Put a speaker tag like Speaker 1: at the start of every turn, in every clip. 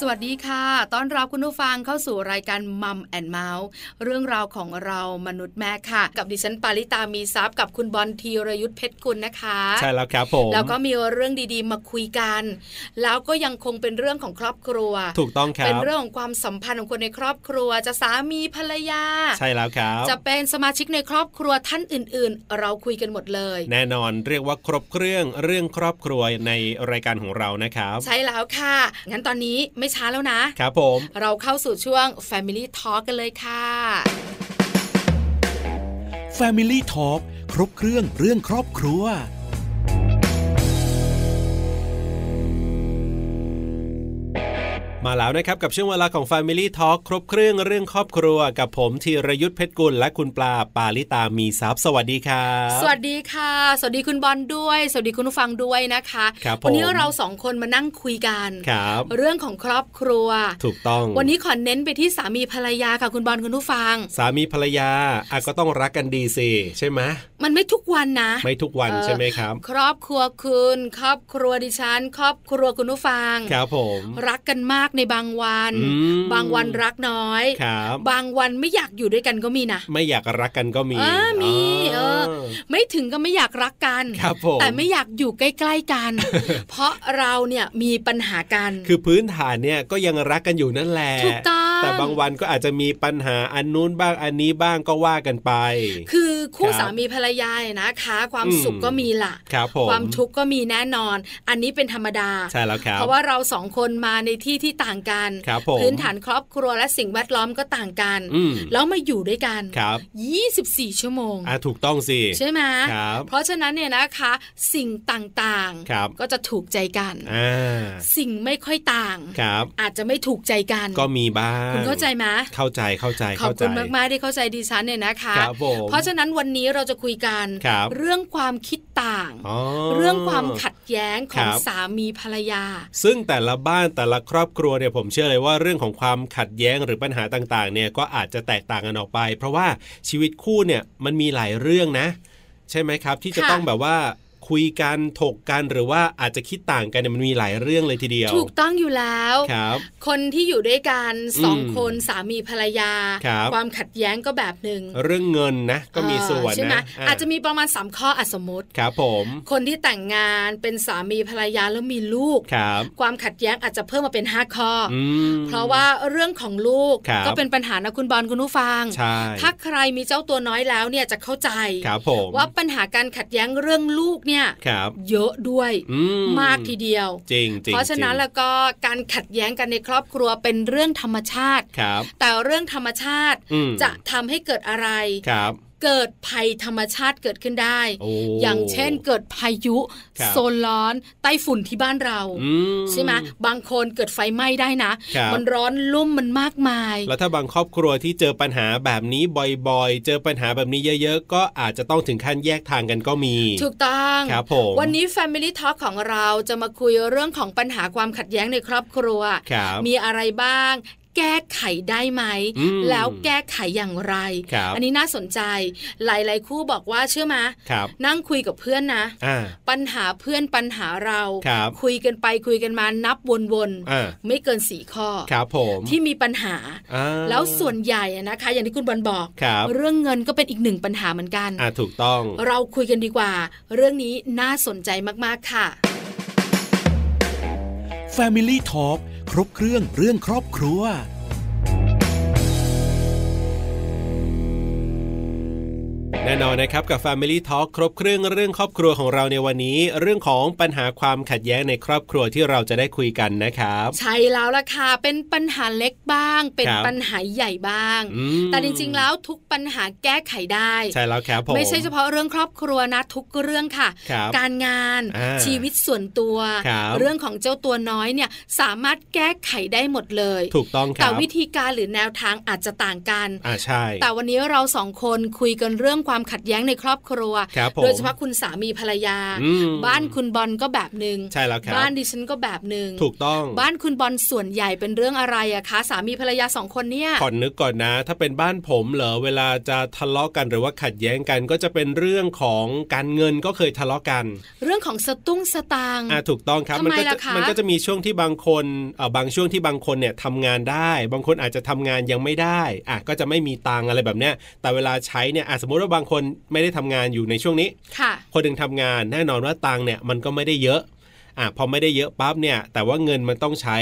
Speaker 1: สวัสดีค่ะ ต้อนรับคุณผู้ฟังเข้าสู่รายการมัมแอนเมาส์เรื่องราวของเรามนุษย์แม่ค่ะ กับดิฉันปาริตามีซัพย์กับคุณบอลธีรยุทธเพชรกุลนะคะ
Speaker 2: ใช่แล้วครับผม
Speaker 1: แล้วก็มีเรื่องดีๆ มาคุยกัน แล้วก็ยังคงเป็นเรื่องของครอบครัว
Speaker 2: ถูกต้องครั
Speaker 1: เป็น
Speaker 2: บ
Speaker 1: เรื่องของความสัมพันธ์ของคนในครอบครัว จะสามีภรรยา
Speaker 2: ใช่แล้วครับ
Speaker 1: จะเป็นสมาชิกในครอบครัวท่านอื่นๆ เราคุยกันหมดเลย
Speaker 2: แน่นอนเรียกว่าครบเครื่องเรื่องครอบครัวในรายการของเรานะครับ
Speaker 1: ใช่แล้วค่ะ งั้นตอนนี้ไม่ช้าแล้วนะ
Speaker 2: ครับผม
Speaker 1: เราเข้าสู่ช่วง Family Talk กันเลยค่ะ
Speaker 3: Family Talk ครบเครื่องเรื่องครอบครัว
Speaker 2: มาแล้วนะครับกับช่วงเวลาของ Family Talk ครบเครื่องเรื่องครอบครัว กับผมธีรยุทธเพชรกุลและคุณปลาปาลิตามีซัพย์สวัสดีครับ
Speaker 1: สวัสดีค่ะ สวัสดีคุณบอลด้วย สวัสดีคุณผู้ฟังด้วยนะคะ
Speaker 2: ครับผม
Speaker 1: วันนี้เราสองคนมานั่งคุยกัน
Speaker 2: ครับ
Speaker 1: เรื่องของครอบครัว
Speaker 2: ถูกต้อง
Speaker 1: วันนี้ขอเน้นไปที่สามีภรรยาค่ะคุณบอลคุณผู้ฟัง
Speaker 2: สามีภรรยาอ่ะก็ต้องรักกันดีสิใช่ไหม
Speaker 1: มันไม่ทุกวันนะ
Speaker 2: ไม่ทุกวัน
Speaker 1: เออ
Speaker 2: ใช่ไหมครับ
Speaker 1: ครอบครัวคุณ ครอบครัวดิฉัน ครอบครัวคุณผู้ฟัง
Speaker 2: ครับผม
Speaker 1: รักกันมากในบางวัน
Speaker 2: อืม
Speaker 1: บางวันรักน้อย
Speaker 2: ครับ
Speaker 1: บางวันไม่อยากอยู่ด้วยกันก็มีนะ
Speaker 2: ไม่อยากรักกันก็มี
Speaker 1: อ่ามีเออ
Speaker 2: อ
Speaker 1: ไม่ถึงก็ไม่อยากรักกัน
Speaker 2: ครับผม
Speaker 1: แต่ไม่อยากอยู่ใกล้ ๆ กัน เพราะเราเนี่ยมีปัญหากัน
Speaker 2: คือพื้นฐานเนี่ยก็ยังรักกันอยู่นั่นแหละ
Speaker 1: ถูกต้อง
Speaker 2: แต่บางวันก็อาจจะมีปัญหาอันนู้นบ้างอันนี้บ้างก็ว่ากันไป
Speaker 1: คือคู่
Speaker 2: ครับ
Speaker 1: สามีภรรยาเนี่ยนะคะ ความ
Speaker 2: อืม
Speaker 1: สุขก็มีล่ะ
Speaker 2: ครับผม
Speaker 1: ความทุกข์ก็มีแน่นอน อันนี้เป็นธรรมดา
Speaker 2: ใช่แล้วครับ
Speaker 1: เพราะว่าเราสองคนมาในที่ที่ต่างกัน
Speaker 2: ครับผม
Speaker 1: พื้นฐานครอบครัวและสิ่งแวดล้อมก็ต่างกัน
Speaker 2: อืม
Speaker 1: แล้วมาอยู่ด้วยกัน
Speaker 2: ครับ
Speaker 1: 24 ชั่วโมง
Speaker 2: อ่ะถูกต้องสิ
Speaker 1: ใช่ไหม
Speaker 2: ครับ
Speaker 1: เพราะฉะนั้นเนี่ยนะคะ สิ่งต่าง
Speaker 2: ครับ
Speaker 1: ๆ ก็จะถูกใจกัน
Speaker 2: อ่า
Speaker 1: สิ่งไม่ค่อยต่าง
Speaker 2: ครับ
Speaker 1: อาจจะไม่ถูกใจกัน
Speaker 2: ก็มีบ้าง
Speaker 1: คุณเข้าใจไหม
Speaker 2: เข้าใจเข้าใจ
Speaker 1: ขอบ
Speaker 2: เข้าใจ
Speaker 1: คุณมากๆที่เข้าใจดิฉันเนี่ยนะคะ
Speaker 2: ครับผม
Speaker 1: เพราะฉะนั้นวันนี้เราจะคุยกัน
Speaker 2: ครับ
Speaker 1: เรื่องความคิดต่าง
Speaker 2: อ๋อ
Speaker 1: เรื่องความขัดแย้งของ
Speaker 2: ครับ
Speaker 1: สามีภรรยา
Speaker 2: ซึ่งแต่ละบ้านแต่ละครอบครัวเนี่ยผมเชื่อเลยว่าเรื่องของความขัดแย้งหรือปัญหาต่างๆ เนี่ยก็อาจจะแตกต่างกันออกไป เพราะว่าชีวิตคู่เนี่ยมันมีหลายเรื่องนะ ใช่ไหมครับ ที่จะ
Speaker 1: ค่ะ
Speaker 2: ต้องแบบว่าคุยกันถกกันหรือว่าอาจจะคิดต่างกันเนี่ยมันมีหลายเรื่องเลยทีเดียว
Speaker 1: ถูกต้องอยู่แล้ว
Speaker 2: ครับ
Speaker 1: คนที่อยู่ด้วยกันสอง
Speaker 2: อืม
Speaker 1: คนสามีภรรยา
Speaker 2: ครับ
Speaker 1: ความขัดแย้งก็แบบหนึ่ง
Speaker 2: เรื่องเงินนะก็มีส่วน
Speaker 1: เออใช่ไหม
Speaker 2: นะ
Speaker 1: อาจจะมีประมาณสามข้ออะสมมติ
Speaker 2: ครับผม
Speaker 1: คนที่แต่งงานเป็นสามีภรรยาแล้วมีลูก
Speaker 2: ครับ
Speaker 1: ความขัดแย้งอาจจะเพิ่มมาเป็นห้าข้ออ
Speaker 2: อืม
Speaker 1: เพราะว่าเรื่องของลูก
Speaker 2: ครับ
Speaker 1: ก็เป็นปัญหานะคุณบอลคุณผู้ฟัง
Speaker 2: ใช่
Speaker 1: ถ้าใครมีเจ้าตัวน้อยแล้วเนี่ยจะเข้าใจ
Speaker 2: ครับผม
Speaker 1: ว่าปัญหาการขัดแย้งเรื่องลูกเนี่ย
Speaker 2: ครับ
Speaker 1: เยอะด้วย
Speaker 2: อื
Speaker 1: มากทีเดียว
Speaker 2: จริงจริง
Speaker 1: เพราะฉะนั้นแล้วก็การขัดแย้งกันในครอบครัวเป็นเรื่องธรรมชาติ
Speaker 2: ครับ
Speaker 1: แต่เรื่องธรรมชาติ
Speaker 2: อืม
Speaker 1: จะทำให้เกิดอะไร
Speaker 2: ครับ
Speaker 1: เกิดภัยธรรมชาติเกิดขึ้นได้
Speaker 2: โอ้
Speaker 1: อย่างเช่นเกิดพายุ
Speaker 2: ครับ
Speaker 1: โซนร้อนไต้ฝุ่นที่บ้านเรา
Speaker 2: อื
Speaker 1: ใช่ไหมบางคนเกิดไฟไหม้ได้นะ
Speaker 2: ครับ
Speaker 1: มันร้อนลุ่มมันมากมาย
Speaker 2: แล้วถ้าบางครอบครัวที่เจอปัญหาแบบนี้บ่อยๆ เจอปัญหาแบบนี้เยอะๆ ก็อาจจะต้องถึงขั้นแยกทางกันก็มี
Speaker 1: ถูกต้อง
Speaker 2: ครับผม
Speaker 1: วันนี้ Family Talk ของเราจะมาคุยเรื่องของปัญหาความขัดแย้งในครอบครัว
Speaker 2: ครับ
Speaker 1: มีอะไรบ้าง แก้ไขได้ไหม
Speaker 2: อืม
Speaker 1: แล้วแก้ไขอย่างไร
Speaker 2: ครับ
Speaker 1: อันนี้น่าสนใจ หลาย ๆ คู่บอกว่าเชื่อมา
Speaker 2: ครับ
Speaker 1: นั่งคุยกับเพื่อนนะ
Speaker 2: อ่า
Speaker 1: ปัญหาเพื่อนปัญหาเรา
Speaker 2: ครับ
Speaker 1: ยกันไปคุยกันมานับวน
Speaker 2: อ่า
Speaker 1: ๆ ไม่เกินสี่ข้อ
Speaker 2: ครับผม
Speaker 1: ที่มีปัญหา
Speaker 2: อ่า
Speaker 1: แล้วส่วนใหญ่อะนะคะ อย่างที่คุณบอลบอก
Speaker 2: ครับ
Speaker 1: เรื่องเงินก็เป็นอีกหนึ่งปัญหาเหมือนกัน
Speaker 2: อ่าถูกต้อง
Speaker 1: เราคุยกันดีกว่า เรื่องนี้น่าสนใจมากๆค่ะ
Speaker 3: Family Talk ครบเครื่องเรื่องครอบครัว
Speaker 2: แน่นอนนะครับกับ Family Talk ครบเครื่องเรื่องครอบครัวของเราในวันนี้ เรื่องของปัญหาความขัดแย้งในครอบครัวที่เราจะได้คุยกันนะครับ
Speaker 1: ใช่แล้วล่ะค่ะเป็นปัญหาเล็กบ้าง เป็น
Speaker 2: ครับ
Speaker 1: ปัญหาใหญ่บ้าง
Speaker 2: อืม
Speaker 1: แต่จริงๆแล้วทุกปัญหาแก้ไขได้
Speaker 2: ใช่แล้วครับผม
Speaker 1: ไม่ใช่เฉพาะเรื่องครอบครัวนะ ทุกเรื่องค่ะ
Speaker 2: ครับ
Speaker 1: การงาน
Speaker 2: อ่า
Speaker 1: ชีวิตส่วนตัว
Speaker 2: ครับ
Speaker 1: เรื่องของเจ้าตัวน้อยเนี่ยสามารถแก้ไขได้หมดเลย
Speaker 2: ถูกต้องค
Speaker 1: แต่
Speaker 2: รับ
Speaker 1: วิธีการหรือแนวทางอาจจะต่างกัน
Speaker 2: อ่าใช่
Speaker 1: แต่วันนี้เราสองคนคุยกันเรื่องความ ความขัดแย้งในครอบครัว
Speaker 2: ครับผม
Speaker 1: โดยเฉพาะคุณสามีภรรยา
Speaker 2: อืม
Speaker 1: บ้านคุณบอลก็แบบหนึ่ง
Speaker 2: ใช่แล้วครับ
Speaker 1: บ้านดิฉันก็แบบหนึ่ง
Speaker 2: ถูกต้อง
Speaker 1: บ้านคุณบอลส่วนใหญ่เป็นเรื่องอะไรอะคะสามีภรรยาสองคนเนี่ย
Speaker 2: ขอนึกก่อนนะ ถ้าเป็นบ้านผมเหรอเวลาจะทะเลาะกันหรือว่าขัดแย้งกัน ก็จะเป็นเรื่องของการเงินก็เคยทะเลาะกัน
Speaker 1: เรื่องของสตุ้งสตางค์
Speaker 2: อ่าถูกต้องครับ
Speaker 1: ทำไม
Speaker 2: ก็จะ
Speaker 1: ล่ะคะ
Speaker 2: มันก็จะมีช่วงที่บางคนเอ่อบางช่วงที่บางคนเนี่ยทำงานได้ บางคนอาจจะทำงานยังไม่ได้อ่ะก็จะไม่มีตังค์อะไรแบบเนี้ยแต่เวลาใช้เนี่ยอ่ะสมมติว่าบางคนไม่ได้ทำงานอยู่ในช่วงนี้
Speaker 1: ค่ะ
Speaker 2: คนหนึ่งทำงานแน่นอนว่าตังค์เนี่ยมันก็ไม่ได้เยอะอ่ะพอไม่ได้เยอะปั๊บเนี่ยแต่ว่าเงินมันต้องใช้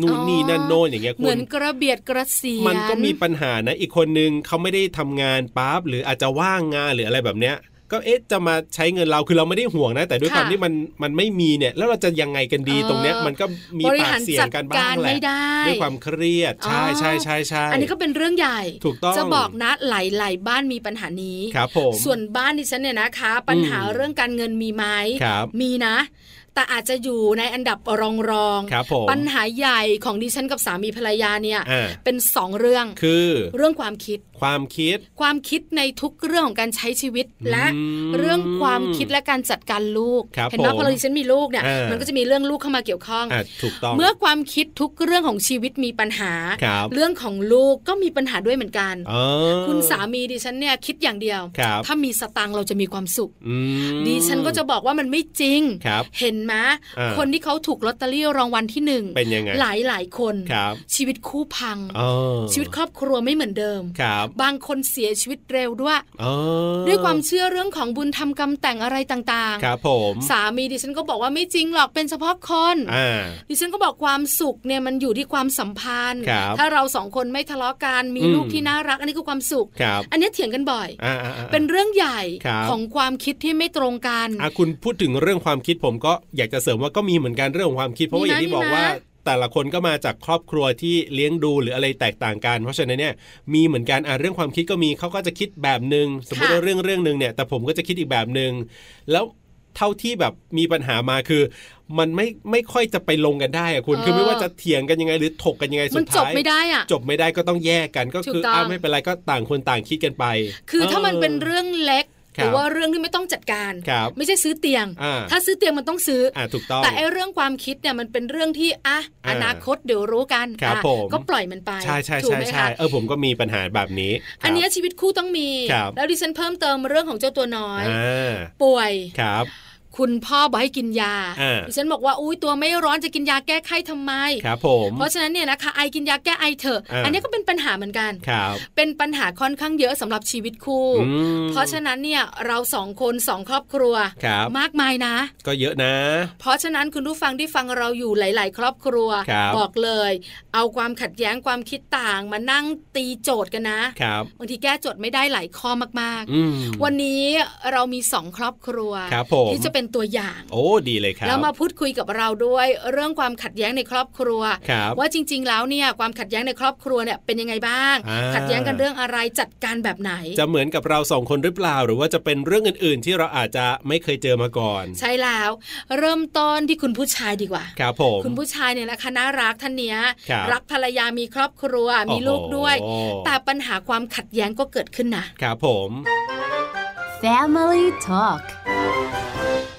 Speaker 2: นู่นนี่นั่นโน่นอย่างเงี้ย
Speaker 1: เห
Speaker 2: คุ
Speaker 1: มือ
Speaker 2: ณ
Speaker 1: นกระเบียดกระเสียน
Speaker 2: มันก็มีปัญหานะอีกคนนึงเขาไม่ได้ทำงานปั๊บหรืออาจจะว่างงานหรืออะไรแบบเนี้ย ก็เอ๊ะจะมาใช้เงินเราคือเราไม่ได้ห่วงนะ แต่ด้วยความที่มันมันไม่มีเนี่ย แล้วเราจะยังไงกันดีตรงเนี้ย มันก็มี
Speaker 1: บริ
Speaker 2: ปาก
Speaker 1: หาร
Speaker 2: เสีย
Speaker 1: จั
Speaker 2: ง
Speaker 1: ด
Speaker 2: กันบ้าก
Speaker 1: าง ร
Speaker 2: แหละ
Speaker 1: ไม่ได้
Speaker 2: ด้วยความเครียดใช่
Speaker 1: อ๋อ
Speaker 2: ใช่ใช่ใช่
Speaker 1: อันนี้ก็เป็นเรื่องใหญ่
Speaker 2: ถูกต้อง
Speaker 1: จะบอกนะหลายๆบ้านมีปัญหานี้
Speaker 2: ครับผม
Speaker 1: ส่วนบ้านดิฉันเนี่ยนะคะ ปัญหา
Speaker 2: อืม
Speaker 1: เรื่องการเงินมีไหม
Speaker 2: ครับ
Speaker 1: มีนะ แต่อาจจะอยู่ในอันดับรองรองๆ
Speaker 2: ครับผม
Speaker 1: ปัญหาใหญ่ของดิฉันกับสามีภรรยาเนี่ย
Speaker 2: อ่า
Speaker 1: เป็นสองเรื่อง
Speaker 2: คือ
Speaker 1: เรื่องความคิด
Speaker 2: ความคิด
Speaker 1: ความคิดในทุกเรื่องของการใช้ชีวิต
Speaker 2: อืม
Speaker 1: และเรื่องความคิดและการจัดการลูก
Speaker 2: ครับ
Speaker 1: เห็นไหม
Speaker 2: ผม
Speaker 1: พอดิฉันมีลูกเนี่ย
Speaker 2: อ่ามั
Speaker 1: มันก็จะมีเรื่องลูกเข้ามาเกี่ยวข้อง
Speaker 2: อ่ะถูกต้อง
Speaker 1: เมื่อความคิดทุกเรื่องของชีวิตมีปัญหา
Speaker 2: ครับ
Speaker 1: เรื่องของลูกก็มีปัญหาด้วยเหมือนกัน
Speaker 2: อ๋อ
Speaker 1: คุณสามีดิฉันเนี่ยคิดอย่างเดียว
Speaker 2: ครับ
Speaker 1: ถ้ามีสตังค์เราจะมีความสุข
Speaker 2: อืม
Speaker 1: ดิฉันก็จะบอกว่ามันไม่จริง
Speaker 2: ครับ
Speaker 1: เห็นไหม
Speaker 2: อ่า
Speaker 1: คนที่เขาถูกลอตเตอรี่รางวัลที่หนึ่ง
Speaker 2: เป็นยังไง
Speaker 1: หลายหลายๆคน
Speaker 2: ครับ
Speaker 1: ชีวิตคู่พัง
Speaker 2: อ๋อ
Speaker 1: ชีวิตครอบครัวไม่เหมือนเดิม
Speaker 2: ครับ
Speaker 1: บางคนเสียชีวิตเร็วด้วย
Speaker 2: อ๋อ
Speaker 1: ด้วยความเชื่อเรื่องของบุญทำกรรมแต่งอะไรต่าง
Speaker 2: ครับผม
Speaker 1: สามีดิฉันก็บอกว่าไม่จริงหรอกเป็นเฉพาะคน
Speaker 2: อ่า
Speaker 1: ดิฉันก็บอกความสุขเนี่ยมันอยู่ที่ความสัมพันธ์
Speaker 2: ครับ
Speaker 1: ถ้าเราสองคนไม่ทะเลาะกันมี
Speaker 2: อืม
Speaker 1: ลูกที่น่ารักอันนี้คือความสุข
Speaker 2: ครับ
Speaker 1: อันนี้เถียงกันบ่อย
Speaker 2: อ่าอ่าอ่า
Speaker 1: เป็นเรื่องใหญ่
Speaker 2: ครับ
Speaker 1: ของความคิดที่ไม่ตรงกัน
Speaker 2: อ่ะคุณพูดถึงเรื่องความคิดผมก็อยากจะเสริมว่าก็มีเหมือนกันเรื่องของความคิดเพราะว่า
Speaker 1: มี
Speaker 2: อ
Speaker 1: นะ
Speaker 2: ย่างที่บอก
Speaker 1: มีนะ
Speaker 2: ว่า แต่ละคนก็มาจากครอบครัวที่เลี้ยงดูหรืออะไรแตกต่างกัน เพราะฉะนั้นเนี่ยมีเหมือนกันอ่ะเรื่องความคิดก็มีเขาก็จะคิดแบบหนึ่งสมมติ
Speaker 1: ค่ะ
Speaker 2: ว่าเรื่องเรื่องหนึ่งเนี่ยแต่ผมก็จะคิดอีกแบบหนึ่งแล้วเท่าที่แบบมีปัญหามาคือ มันไม่ไม่ค่อยจะไปลงกันได้อะคุณคือไม่ว่าจะเถียงกันยังไงหรือถกกันยังไง
Speaker 1: มั
Speaker 2: สุ
Speaker 1: น
Speaker 2: ด
Speaker 1: จบ
Speaker 2: ท้าย
Speaker 1: ไม่ได้อะ
Speaker 2: จบไม่ได้ก็ต้องแยกกันก็
Speaker 1: ถูก
Speaker 2: คือ
Speaker 1: ต้อง
Speaker 2: อ้าไม่เป็นไรก็ต่างคนต่างคิดกันไป
Speaker 1: คือถ้ามันเป็น
Speaker 2: ออ
Speaker 1: เรื่องเล็กห
Speaker 2: ครับ
Speaker 1: รือว่าเรื่องที่ไม่ต้องจัดการ
Speaker 2: ครับ
Speaker 1: ไม่ใช่ซื้อเตียง
Speaker 2: อ่า
Speaker 1: ถ้าซื้อเตียงมันต้องซื้ออ
Speaker 2: อ่ะถูกต้อง
Speaker 1: แต่ไอเรื่องความคิดเนี่ยมันเป็นเรื่องที่อ่ะอ
Speaker 2: อ่า
Speaker 1: นาคตเดี๋ยวรู้กัน
Speaker 2: ครับ
Speaker 1: อ่ะ
Speaker 2: ผม
Speaker 1: ก็ปล่อยมันไป
Speaker 2: ใช่ใช่
Speaker 1: ถูก
Speaker 2: ใช่
Speaker 1: ไหม
Speaker 2: ใช่
Speaker 1: คะ
Speaker 2: เออผมก็มีปัญหาแบบนี้ครับ
Speaker 1: อันเนี้ยชีวิตคู่ต้องมี
Speaker 2: ครับ
Speaker 1: แล้วดิฉันเพิ่มเติมเรื่องของเจ้าตัวน้อย
Speaker 2: อ่า
Speaker 1: ป่วย
Speaker 2: ครับ
Speaker 1: คุณพ่อบอกให้กินยา
Speaker 2: อ่า
Speaker 1: ดิฉันบอกว่าอุ้ยตัวไม่ร้อนจะกินยาแก้ไข้ทำไม
Speaker 2: ครับผม
Speaker 1: เพราะฉะนั้นเนี่ยนะคะไอกินยาแก้ไอเถอะ
Speaker 2: อ่า
Speaker 1: อันนี้ก็เป็นปัญหาเหมือนกัน
Speaker 2: ครับ
Speaker 1: เป็นปัญหาค่อนข้างเยอะสำหรับชีวิตคู่
Speaker 2: อืม
Speaker 1: เพราะฉะนั้นเนี่ยเราสองคนสองครอบครัว
Speaker 2: ครับ
Speaker 1: มากมายนะ
Speaker 2: ก็เยอะนะ
Speaker 1: เพราะฉะนั้นคุณผู้ฟังที่ฟังเราอยู่หลาย ๆ ครอบครัว
Speaker 2: ครับ
Speaker 1: อกเลย เอาความขัดแย้งความคิดต่างมานั่งตีโจทย์กันนะครับ บางทีแก้โจทย์ไม่ได้หลายข้อมาก
Speaker 2: อืม
Speaker 1: ๆ วันนี้เรามีสองครอบครัว
Speaker 2: ครับผม
Speaker 1: ที่จะเป็นตัวอย่าง
Speaker 2: โอ้ดีเลยครับ
Speaker 1: แล้วมาพูดคุยกับเราด้วยเรื่องความขัดแย้งในครอบครัว
Speaker 2: ครับ
Speaker 1: ว่าจริง ๆ แล้วเนี่ยความขัดแย้งในครอบครัวเนี่ยเป็นยังไงบ้าง
Speaker 2: อ่า
Speaker 1: ขัดแย้งกันเรื่องอะไรจัดการแบบไหน
Speaker 2: จะเหมือนกับเราสองคนหรือเปล่า หรือว่าจะเป็นเรื่องอื่นๆ ที่เราอาจจะไม่เคยเจอมาก่อน
Speaker 1: ใช่แล้ว เริ่มต้นที่คุณผู้ชายดีกว่า
Speaker 2: ครับผม
Speaker 1: คุณผู้ชายเนี่ยนะคะน่ารักท่านเนี้ย
Speaker 2: ครับ
Speaker 1: กภรรยามีครอบครัวมีลูกด้วย
Speaker 2: โอ้โห
Speaker 1: แต่ปัญหาความขัดแย้งก็เกิดขึ้นนะ
Speaker 2: ครับผม
Speaker 4: Family Talk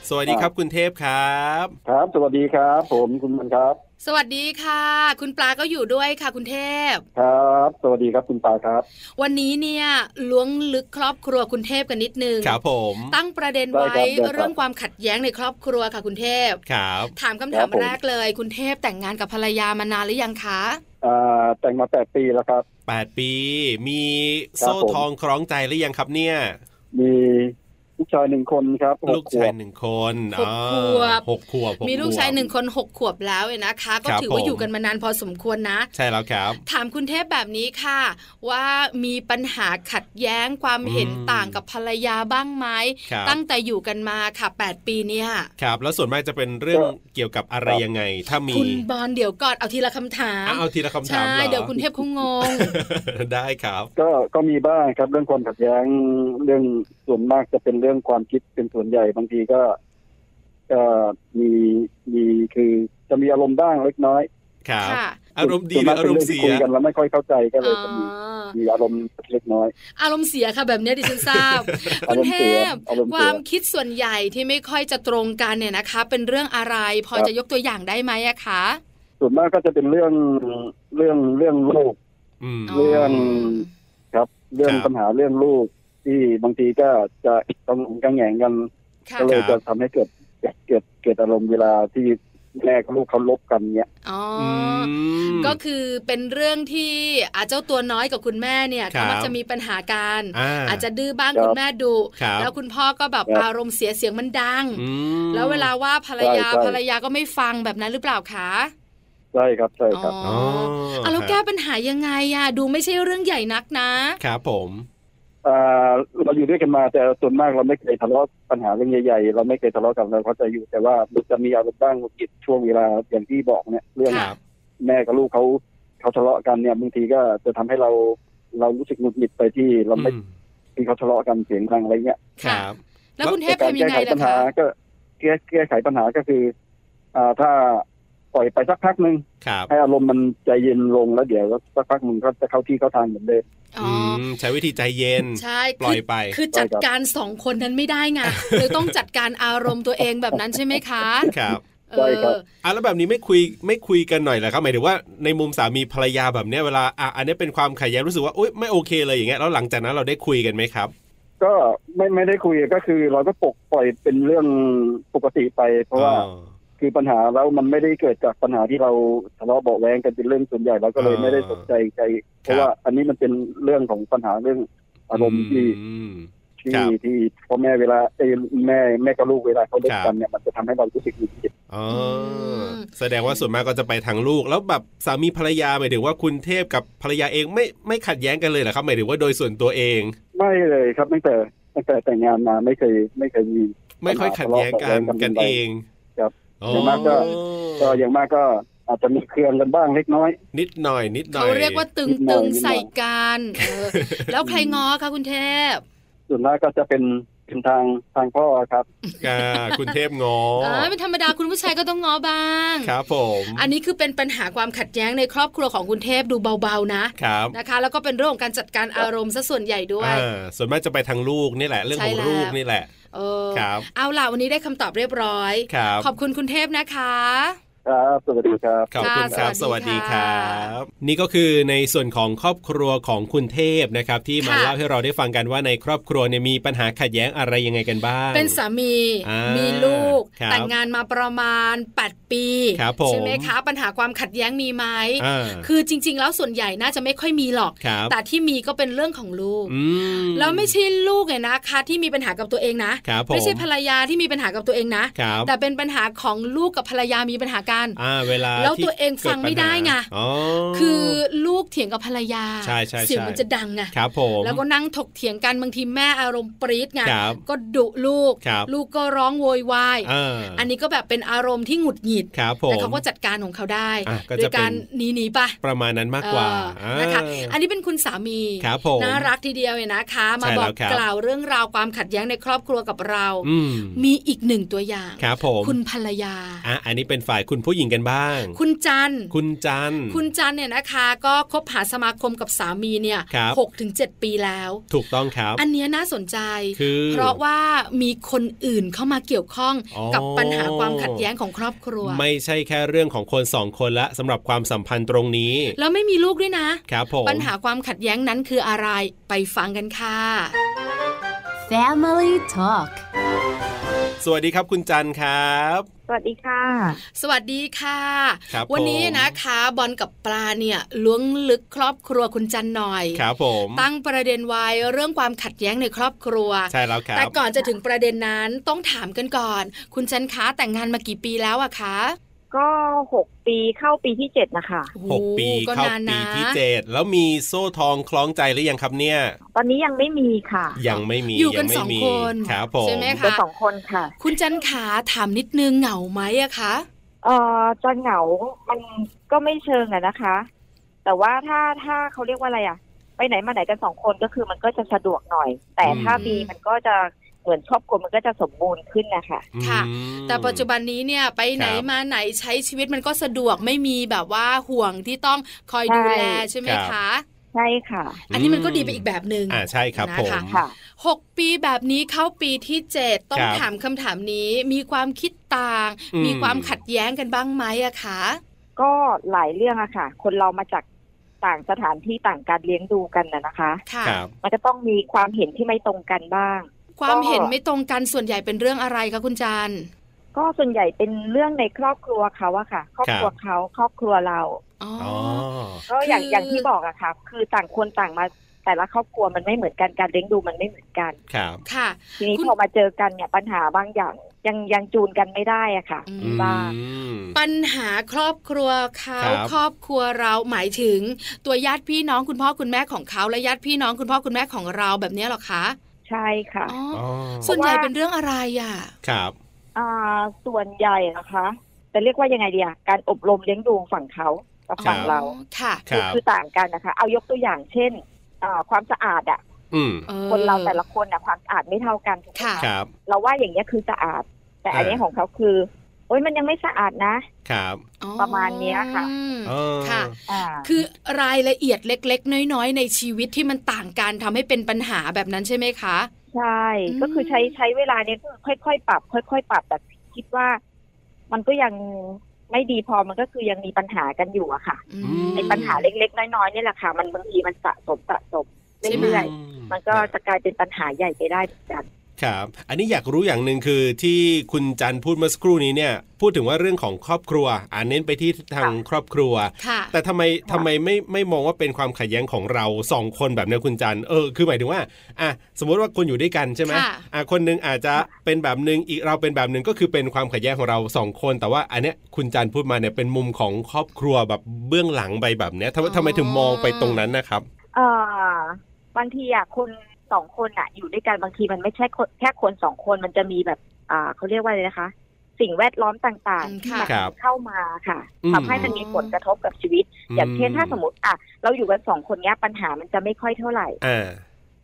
Speaker 2: สวัสดีครับคุณเทพครับ
Speaker 5: ครับ สวัสดีครับ ผมคุณมันครับ
Speaker 1: สวัสดีค่ะ คุณปลาก็อยู่ด้วยค่ะ คุณเทพ
Speaker 5: ครับ สวัสดีครับคุณปาครับ
Speaker 1: วันนี้เนี่ยล้วงลึกครอบครัวคุณเทพกันนิดนึง
Speaker 2: ครับผม
Speaker 1: ตั้งประเด็น
Speaker 5: ได้
Speaker 1: ไว้
Speaker 5: ครับได้ครับ
Speaker 1: เรื่องความขัดแย้งในครอบครัวค่ะคุณเทพ
Speaker 2: ครับ
Speaker 1: ถามคำถามแรกเลย คุณเทพแต่งงานกับภรรยามานานหรือยังคะ
Speaker 5: อ่าแต่งมาแปดปีแล้วครับ
Speaker 2: 8 ปี มี
Speaker 5: ครับ
Speaker 2: โซ่
Speaker 5: ผม
Speaker 2: ทองคล้องใจหรือยังครับเนี่ย
Speaker 5: มีลูกชายหนึ่งคนครับห
Speaker 2: ลูก
Speaker 5: ขวบ
Speaker 2: ชายหนึ่งคน
Speaker 1: หกขวบ
Speaker 2: อ๋อหกขวบ
Speaker 1: มีลูกชายหนึ่ง
Speaker 2: คน
Speaker 1: คนหกขวบแล้วเนี่ยนะคะ ก็
Speaker 2: ครับ
Speaker 1: ถือว่า
Speaker 2: ผม
Speaker 1: อยู่กันมานานพอสมควรนะ
Speaker 2: ใช่แล้วครับ
Speaker 1: ถามคุณเทพแบบนี้ค่ะ ว่ามีปัญหาขัดแย้งความเห็น
Speaker 2: อืม
Speaker 1: ต่างกับภรรยาบ้างไหม
Speaker 2: ครับ
Speaker 1: ตั้งแต่อยู่กันมาค่ะ 8 ปีเนี่ย
Speaker 2: ครับ แล้วส่วนมากจะเป็นเรื่องเกี่ยวกับอะไร
Speaker 5: ครับ
Speaker 2: ยังไง ถ้ามี
Speaker 1: คุณบอลเดี๋ยวก่อนเอาทีละคำถาม
Speaker 2: อ่ะเอาทีละคำถาม
Speaker 1: ใช่
Speaker 2: หรอ
Speaker 1: เดี๋ยวคุณเทพคงงง
Speaker 2: ได้ครับ
Speaker 5: ก็ก็มีบ้างครับ เรื่องความขัดแย้งเรื่องส่วนมากจะเป็นเรื่องความคิดเป็นส่วนใหญ่บางทีก็ก็มีมีคือจะมีอารมณ์บ้างเล็กน้อย
Speaker 2: ครับ
Speaker 1: ค่ะ
Speaker 2: อารมณ์ดีหรืออารมณ์เสี
Speaker 5: ส่
Speaker 2: ย
Speaker 5: วนกเป็นเรื่องที่คุยกันแล้วไม่ค่อยเข้าใจก็เล
Speaker 1: อ๋
Speaker 5: ยจะมี
Speaker 1: อ
Speaker 5: มีอารมณ์เล็กน้อย
Speaker 1: อารมณ์เสียค่ะแบบเนี้ยดิฉันทรา บคุ
Speaker 5: อา
Speaker 1: ณ
Speaker 5: รมณ์
Speaker 1: เท
Speaker 5: เสีย
Speaker 1: พ
Speaker 5: อารมณ์
Speaker 1: ค
Speaker 5: เสี
Speaker 1: วาย มคิดส่วนใหญ่ที่ไม่ค่อยจะตรงกันเนี่ยนะคะ เป็นเรื่องอะไรพอ
Speaker 5: ครับ
Speaker 1: จะยกตัวอย่างได้ไหมอะคะ
Speaker 5: ส่วนมากก็จะเป็นเรื่องเรื่องเรื่องลูก
Speaker 2: อืม
Speaker 5: เรื่อง ครับ เรื่อง
Speaker 2: ครับ
Speaker 5: ปัญหาเรื่องลูก ที่บางทีก็จะต้องหนุนกังแหงกัน
Speaker 1: ค่ะ
Speaker 5: ก็เลยจะทำให้เกิดเกิดเกิดเกิดอารมณ์เวลาที่แม่กับลูกเขาลบกันเนี่ย
Speaker 1: อ๋อ
Speaker 2: อื
Speaker 1: อ
Speaker 2: ม
Speaker 1: ก็คือเป็นเรื่องที่อาเจ้าตัวน้อยกับคุณแม่เนี่ย
Speaker 2: ครั
Speaker 1: เขา
Speaker 2: บ
Speaker 1: มักจะมีปัญหาการ
Speaker 2: อ่า
Speaker 1: อาจจะดื้อบ้าง
Speaker 5: ครับ
Speaker 1: คุณแม่ดุ
Speaker 2: ครับ
Speaker 1: แล้วคุณพ่อก็แบบ
Speaker 5: ครับ
Speaker 1: อารมณ์เสียเสียงมันดัง
Speaker 2: อืม
Speaker 1: แล้วเวลาว่าภรรยา
Speaker 5: ใช่ใช่
Speaker 1: ภรรยาก็ไม่ฟังแบบนั้นหรือเปล่าคะ
Speaker 5: ใช่ครับใช่ครับ
Speaker 1: อ๋ออ่ะแล้วแก้ปัญหายังไงอะดูไม่ใช่เรื่องใหญ่นักนะ
Speaker 2: ครับผม
Speaker 5: อ่าเราอยู่ด้วยกันมาแต่ส่วนมากเราไม่เคยทะเลาะปัญหาเรื่องใหญ่ๆ เราไม่เคยทะเลาะกันเราเข้าใจอยู่แต่ว่ามันจะมีอารมณ์บ้างหงุดหงิดช่วงเวลาอย่างที่บอกเนี่ยเรื่อง
Speaker 2: ค
Speaker 1: ค่ะ
Speaker 2: รับ
Speaker 5: แม่กับลูกเขาเขาทะเลาะกันเนี่ยบางทีก็จะทำให้เราเรารู้สึกหงุดหงิดไปที่เราไม่
Speaker 2: อืม
Speaker 5: ที่เขาทะเลาะกันเสียงดังอะไรเงี้ย
Speaker 2: ครับ
Speaker 1: แล้วคุณเทพ
Speaker 5: แต่การ
Speaker 1: ทำยังไง
Speaker 5: แก้ไขปั
Speaker 1: ล่ะ
Speaker 5: ญหา
Speaker 1: คะ
Speaker 5: ก็แก้แก้ไขปัญหาก็คืออ่าถ้าปล่อยไปสักพักหนึ่ง
Speaker 2: ครับ
Speaker 5: ให้อารมณ์มันใจเย็นลงแล้วเดี๋ยวสักพักมันก็จะเข้าที่เข้าทางเหมือนเดิม
Speaker 1: อ๋ออ
Speaker 2: มใช้วิธีใจเย็น
Speaker 1: ใช่คื
Speaker 2: ปล่อยไป
Speaker 1: คือจัดการสองคนนั้นไม่ได้ไงเลยต้องจัดการอารมณ์ตัวเองแบบนั้นใช่ไหมคะ
Speaker 2: ครับ
Speaker 1: เอ
Speaker 5: ใช่ครับ
Speaker 1: อ
Speaker 2: อ่ะแล้วแบบนี้ไม่คุยไม่คุยกันหน่อยเหรอครับหมายถึงว่าในมุมสามีภรรยาแบบเนี้ยเวลาอ่ะอันนี้เป็นความขัดแย้งรู้สึกว่าอุยไม่โอเคเลยอย่างเงี้ยแล้วหลังจากนั้นเราได้คุยกันไหมครับ
Speaker 5: ก็ไม่ไม่ได้คุยก็คือเราก็ปกปล่อยเป็นเรื่องปกติไป เพราะว่าคือปัญหาแล้วมันไม่ได้เกิดจากปัญหาที่เราทะเลาะเบาะแว้งกันเป็นเรื่องส่วนใหญ่เราก็เลย
Speaker 2: อ่า
Speaker 5: ไม่ได้สนใจใจ เพ
Speaker 2: ครั
Speaker 5: ราะ
Speaker 2: บ
Speaker 5: ว่าอันนี้มันเป็นเรื่องของปัญหาเรื่องอารมณ์ที่
Speaker 2: อืม
Speaker 5: ที่
Speaker 2: ครับ
Speaker 5: ที่พ่อแม่เวลาเอ้ยแม่แม่กับลูกเวลาเขาเลิกกันเนี่ยมันจะทำให้เรารู้สึกหงุดหงิด
Speaker 2: อ๋ออ
Speaker 1: ม
Speaker 2: แสดงว่าส่วนมากก็จะไปทางลูก แล้วแบบสามีภรรยาหมายถึงว่าคุณเทพกับภรรยาเองไม่ไม่ขัดแย้งกันเลยเหรอครับหมายถึงว่าโดยส่วนตัวเอง
Speaker 5: ไม่เลยครับตั้งแต่ตั้งแต่แต่งงานมาไม่เคยไม่เคยมี
Speaker 2: ไม่ค่อยขัดแย้งกันกันเอง
Speaker 5: ครับ
Speaker 2: อ๋อ
Speaker 5: ส่วนมากก็ ก็อย่างมากก็อาจจะมีเครื่องกันบ้างเล็กน้อย
Speaker 2: นิดหน่อย นิดหน่อย
Speaker 1: เขาเรียกว่าตึง
Speaker 5: นิดหน่
Speaker 1: ตึ
Speaker 5: อย
Speaker 1: ง
Speaker 5: นิดหน่อย
Speaker 1: ใส่กันเอ อแล้วใครง้อคะคุณเทพ
Speaker 5: ส่วนมากก็จะเป็นเป็นทางทางพ่อครับ
Speaker 2: อ่าคุณเทพงอ
Speaker 1: เออเป็นธรรมดาคุณผู้ชายก็ต้องง้อบ้าง
Speaker 2: ครับผม
Speaker 1: อันนี้คือเป็นปัญหาความขัดแย้งในครอบครัวของคุณเทพดูเบา ๆนะครับ นะคะ แล้วก็เป็นเรื่องของการจัดการอารมณ์ซะส่วนใหญ่ด้วย
Speaker 2: อ่าส่วนมากจะไปทางลูกนี่แหละ เรื่องของ
Speaker 1: ใช่แล้ว
Speaker 2: ลูกนี่แหละ
Speaker 1: เออ
Speaker 2: ครับ
Speaker 1: เอาล่ะวันนี้ได้คำตอบเรียบร้อย
Speaker 2: ครับ
Speaker 1: ขอบคุณคุณเทพนะคะ
Speaker 5: ครับสวัสดีครับ
Speaker 2: ขอบคุณครับ
Speaker 1: ค่ะ
Speaker 2: ส
Speaker 1: สวั
Speaker 2: วัส
Speaker 1: สดี
Speaker 2: ดีค
Speaker 1: ค่ะ
Speaker 2: รับ นี่ก็คือในส่วนของครอบครัวของคุณเทพนะครับ ที่มา
Speaker 1: ค่ะ
Speaker 2: เล่าให้เราได้ฟังกันว่าในครอบครัวเนี่ยมีปัญหาขัดแย้งอะไรยังไงกันบ้าง
Speaker 1: เป็นสามี
Speaker 2: อ่า
Speaker 1: มี
Speaker 2: มี
Speaker 1: ลูก
Speaker 2: ครับ
Speaker 1: แต่งงานมาประมาณ 8 ปี
Speaker 2: ครับผม
Speaker 1: ใช่ไหมคะ ปัญหาความขัดแย้งมีไหม
Speaker 2: อ่า
Speaker 1: คือจริง ๆ แล้วส่วนใหญ่น่าจะไม่ค่อยมีหรอก
Speaker 2: ครับ
Speaker 1: แต่ที่มีก็เป็นเรื่องของลูก
Speaker 2: อืม
Speaker 1: แล้วไม่ใช่ลูกเนี่ยนะคะ ที่มีปัญหากับตัวเองนะครับ
Speaker 2: ผม
Speaker 1: ไม่ใช่ภรรยาที่มีปัญหากับตัวเองนะ
Speaker 2: ครับ
Speaker 1: แต่เป็นปัญหาของลูกกับภรรยามีปัญหากัน
Speaker 2: อ่าเวลา
Speaker 1: แล้ว
Speaker 2: ที่
Speaker 1: ตัวเองฟังไม่ได้ไง
Speaker 2: เกิปัญหาอ๋อ
Speaker 1: คือลูกเถียงกับภรรยา
Speaker 2: ใช่ใช่ใช่
Speaker 1: เสียงมันจะดังไง
Speaker 2: ครับผม
Speaker 1: แล้วก็นั่งถกเถียงกันบางทีแม่อารมณ์ปรี๊ดไง
Speaker 2: ครับ
Speaker 1: ก็ดุลูก
Speaker 2: ครับ
Speaker 1: ลูกก็ร้องโวยวาย
Speaker 2: อ่า
Speaker 1: อันนี้ก็แบบเป็นอารมณ์ที่หงุดหงิด
Speaker 2: ครับผม
Speaker 1: แต่เขาก็จัดการของเขาได้
Speaker 2: อ่ะก็
Speaker 1: โดย
Speaker 2: จะเป็น
Speaker 1: การหนีหนีๆไป
Speaker 2: ประมาณนั้นมากกว่า
Speaker 1: เออนะคะ
Speaker 2: อ่า
Speaker 1: อันนี้เป็นคุณสามี
Speaker 2: ครับผม
Speaker 1: น่ารักทีเดียวเลยนะคะ มา
Speaker 2: ใช่
Speaker 1: บ
Speaker 2: แล้ว
Speaker 1: อก
Speaker 2: ครับ
Speaker 1: กล่าวเรื่องราวความขัดแย้งในครอบครัวกับเรา
Speaker 2: อืม
Speaker 1: มีอีกหนึ่งตัวอย่าง
Speaker 2: ครับผม
Speaker 1: คุณภรรยา
Speaker 2: อ่ะอันนี้เป็นฝ่ายคุณผู้หญิงกันบ้าง
Speaker 1: คุณจันทร์
Speaker 2: คุณจันทร์
Speaker 1: คุณจันทร์เนี่ยนะคะ ก็คบหาสมาคมกับสามีเนี่ย
Speaker 2: ครับ
Speaker 1: หกถึงเจ็ดปีแล้ว
Speaker 2: ถูกต้องครับ
Speaker 1: อันเนี้ยน่าสนใจ
Speaker 2: คือ
Speaker 1: เพราะว่ามีคนอื่นเข้ามาเกี่ยวข้อง
Speaker 2: อ๋อ
Speaker 1: กับปัญหาความขัดแย้งของครอบครัว
Speaker 2: ไม่ใช่แค่เรื่องของคนสองคนละสำหรับความสัมพันธ์ตรงนี้
Speaker 1: แล้วไม่มีลูกด้วยนะ
Speaker 2: ครับผม
Speaker 1: ปัญหาความขัดแย้งนั้นคืออะไรไปฟังกันค่ะ
Speaker 4: Family Talk
Speaker 2: สวัสดีครับคุณจันทร์ครับ
Speaker 6: สวัสดีค่ะ
Speaker 1: สวัสดีค่ะ
Speaker 2: ครับ
Speaker 1: วันนี้
Speaker 2: ผม
Speaker 1: นะคะบอลกับปลาเนี่ยล้วงลึกครอบครัวคุณจันหน่อย
Speaker 2: ครับผม
Speaker 1: ตั้งประเด็นไว้เรื่องความขัดแย้งในครอบครัว
Speaker 2: ใช่แล้วครั
Speaker 1: แต่
Speaker 2: บ
Speaker 1: ก่อนจะถึงประเด็นนั้นต้องถามกันก่อน คุณจันคะแต่งงานมากี่ปีแล้วอะคะ
Speaker 6: ก็หกปีเข้าปีที่เจ็ดนะคะ
Speaker 2: หกปี
Speaker 1: โอ้โก็
Speaker 2: เข้าน
Speaker 1: าน
Speaker 2: ปี
Speaker 1: นะ
Speaker 2: ที่เจ็ดแล้วมีโซ่ทองคล้องใจหรือยังครับเนี่ย
Speaker 6: ตอนนี้ยังไม่มีค่ะ
Speaker 2: ยังไม่มี
Speaker 1: อยู่กัน
Speaker 2: ไม่
Speaker 1: สอง
Speaker 2: มี
Speaker 1: คน
Speaker 2: ครับผม
Speaker 1: ใช่ไหม
Speaker 6: เป็น
Speaker 1: คะ
Speaker 6: สองคนค่ะ
Speaker 1: คุณจันขาถามนิดนึงเหงาไหมอะคะ
Speaker 6: เอ่อจะเหงา มันก็ไม่เชิงอะนะคะ แต่ว่าถ้าถ้าเขาเรียกว่าอะไรอะไปไหนมาไหนกันสองคนก็คือมันก็จะสะดวกหน่อย แต่
Speaker 2: อืม
Speaker 6: ถ้ามีมันก็จะ เหมือนครอบครัวมันก็จะสมบูรณ์ขึ้นนะคะ
Speaker 1: ค่ะ
Speaker 2: อืม
Speaker 1: แต่ปัจจุบันนี้เนี่ยไปไหน
Speaker 2: ครับ
Speaker 1: มาไหนใช้ชีวิตมันก็สะดวกไม่มีแบบว่าห่วงที่ต้องคอยดูแลใช่ไหม
Speaker 2: ครั
Speaker 1: คะ
Speaker 2: บ
Speaker 6: ใช่ค่ะ
Speaker 1: อันนี้มันก็ดีไปอีกแบบหนึ่ง
Speaker 2: อ่าใช่ครับ
Speaker 1: นะ
Speaker 2: ผ
Speaker 1: คะ
Speaker 2: ม
Speaker 6: ค่ะ
Speaker 1: หกปีแบบนี้เข้าปีที่เจ็ดต้อง
Speaker 2: ครับ
Speaker 1: ถามคำถามนี้ มีความคิดต่าง
Speaker 2: อืม
Speaker 1: มีความขัดแย้งกันบ้างไหมอะคะ
Speaker 6: ก็หลายเรื่องอะค่ะ คนเรามาจากต่างสถานที่ต่างการเลี้ยงดูกันนะนะคะ
Speaker 1: ค่ะ
Speaker 2: ครับ
Speaker 6: มันก็ต้องมีความเห็นที่ไม่ตรงกันบ้าง
Speaker 1: ความเห็นไม่ตรงกันส่วนใหญ่เป็นเรื่องอะไรคะคุณจันทร์
Speaker 6: ก็ส่วนใหญ่เป็นเรื่องในครอบครัวเขาอะค่ะ ครอบครัว
Speaker 2: ครับ
Speaker 6: เขาครอบครัวเรา
Speaker 1: อ๋อ
Speaker 2: อ๋
Speaker 1: อ
Speaker 2: อ
Speaker 6: ก็อย่าง
Speaker 1: คือ
Speaker 6: อ
Speaker 1: อ
Speaker 6: ย่างที่บอกอะค่ะ คือต่างคนต่างมาแต่ละครอบครัวมันไม่เหมือนกันการเลี้ยงดูมันไม่เหมือนกัน
Speaker 2: ครับ
Speaker 1: ค่ะ
Speaker 6: ทีนี้
Speaker 1: คุณ
Speaker 6: พอมาเจอกันเนี่ยปัญหาบางอย่างยังยังจูนกันไม่ได้อะค่ะ
Speaker 1: อื
Speaker 2: อื
Speaker 1: ม
Speaker 2: ม
Speaker 6: บ้าง
Speaker 1: ปัญหาครอบครัวเขา
Speaker 2: ครับ
Speaker 1: ครอบครัวเราหมายถึง ตัวญาติพี่น้องคุณพ่อคุณแม่ของเขาและญาติพี่น้องคุณพ่อคุณแม่ของเราแบบเนี้ยเหรอคะ
Speaker 6: ใช่ค่ะ
Speaker 1: อ๋อ
Speaker 2: อ๋
Speaker 1: อ
Speaker 2: อ
Speaker 1: ส่วนใหญ่เป็นเรื่องอะไรอ่ะ
Speaker 2: ครับ
Speaker 6: อ่าส่วนใหญ่นะคะจะเรียกว่ายังไงดีอะการอบรมเลี้ยงดูฝั่งเขากับฝั่ง
Speaker 2: ครับ
Speaker 6: เรา
Speaker 1: ค่ะ
Speaker 2: ครับ
Speaker 6: คือต่างกันนะคะ เอายกตัวอย่างเช่นอ่าความสะอาดอะ
Speaker 2: อืม
Speaker 1: ออ
Speaker 6: คนเราแต่ละคนอะความสะอาดไม่เท่ากันถูกไหม
Speaker 1: ค่ะ
Speaker 2: ครับ
Speaker 6: เราว่าอย่างเงี้ยคือสะอาด แต่อันเนี้ย
Speaker 2: อ่า
Speaker 6: ของเขาคือโอ๊ยมันยังไม่สะอาดนะ
Speaker 2: ครับ
Speaker 1: อ๋อ
Speaker 6: ประมาณเนี้ยค่ะ
Speaker 2: อ๋อ
Speaker 1: ค่ะ
Speaker 6: อ่า
Speaker 1: คือรายละเอียดเล็ก ๆ น้อยๆ ในชีวิตที่มันต่างกันทำให้เป็นปัญหาแบบนั้นใช่ไหมคะ
Speaker 6: ใช่
Speaker 1: อืม
Speaker 6: ก็คือใช้ใช้เวลาเนี่ยคือค่อยๆ ปรับ ค่อย ๆ ปรับแต่คิดว่า มันก็ยังไม่ดีพอมันก็คือยังมีปัญหากันอยู่อะค่ะ
Speaker 1: อื
Speaker 2: ม
Speaker 6: ไอ้ปัญหาเล็กๆ น้อยๆเนี่ยแหละค่ะ มันบางทีมันสะสมสะสมเรื่อยๆมันก็จะกลายเป็นปัญหาใหญ่ไปได้เหมือนกัน
Speaker 2: ครับ อันนี้อยากรู้อย่างหนึ่งคือที่คุณจันพูดเมื่อสักครู่นี้เนี่ย พูดถึงว่าเรื่องของครอบครัวอ่าเน้นไปที่ทางครอบครัว
Speaker 1: ค่ะ
Speaker 2: แต่ทำไมทำไมไม่ไม่มองว่าเป็นความขัดแย้งของเราสองคนแบบเนี้ยคุณจันเออคือหมายถึงว่าอ่ะสมมติว่าคนอยู่ด้วยกันใช่ไหม
Speaker 1: ค่ะ
Speaker 2: อ่ะคนหนึงอาจจะเป็นแบบหนึ่งอีกเราเป็นแบบหนึ่งก็คือเป็นความขัดแย้งของเราสองคน แต่ว่าอันเนี้ยคุณจันพูดมาเนี่ยเป็นมุมของครอบครัวแบบเบื้องหลังไปแบบเนี้ยทำไมทำไมถึงมองไปตรงนั้นนะครับ
Speaker 6: เอ่อบางทีอะคนสองคนอะอยู่ด้วยกันบางทีมันไม่ใช่คนแค่คนสองคนมันจะมีแบบ อ่าเขาเรียกว่าอะไรนะคะ สิ่งแวดล้อมต่าง
Speaker 1: อืม
Speaker 6: ๆที่
Speaker 1: ค่ะ
Speaker 6: มัน
Speaker 2: ครับ
Speaker 6: เข้ามาค่ะ
Speaker 2: อืม
Speaker 6: ทำให้มันมีผลกระทบกับชีวิต อย่างเช่นถ้าสมมติอ่ะเราอยู่กันสองคนเนี้ยปัญหามันจะไม่ค่อยเท่าไหร่
Speaker 2: อ่า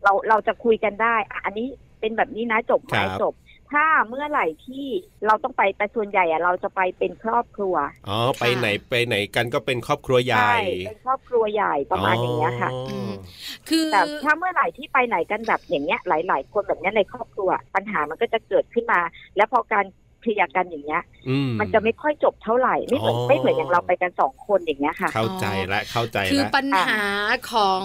Speaker 6: เราเราจะคุยกันได้อ่ะอันนี้เป็นแบบนี้นะจบไหม
Speaker 2: ครับ
Speaker 6: จบ ถ้าเมื่อไหร่ที่เราต้องไปแต่ส่วนใหญ่อะเราจะไปเป็นครอบครัว
Speaker 2: อ๋อไป
Speaker 1: ค่ะ
Speaker 2: ไหนไปไหนกันก็เป็นครอบครัวใหญ่
Speaker 6: ใช่เป็นครอบครัวใหญ่ประมาณอย่างเงี้ยค่ะ
Speaker 2: อ๋ออ
Speaker 1: ม คือ
Speaker 6: แต่ถ้าเมื่อไหร่ที่ไปไหนกันแบบอย่างเงี้ยหลาย ๆ คนแบบเนี้ยในครอบครัว ปัญหามันก็จะเกิดขึ้นมา แล้วพอการเคลียร์กันอย่างเงี้ย
Speaker 2: อื
Speaker 6: มันจะไม่ค่อยจบเท่าไหร่ไม่เหมือน
Speaker 2: อ๋อ
Speaker 6: ไม่เหมือนอย่างเราไปกันสองคนอย่างเงี้ยค่ะ
Speaker 2: เข้าใจละเข้าใจ
Speaker 1: คือ
Speaker 2: ละ
Speaker 1: ปัญหาของ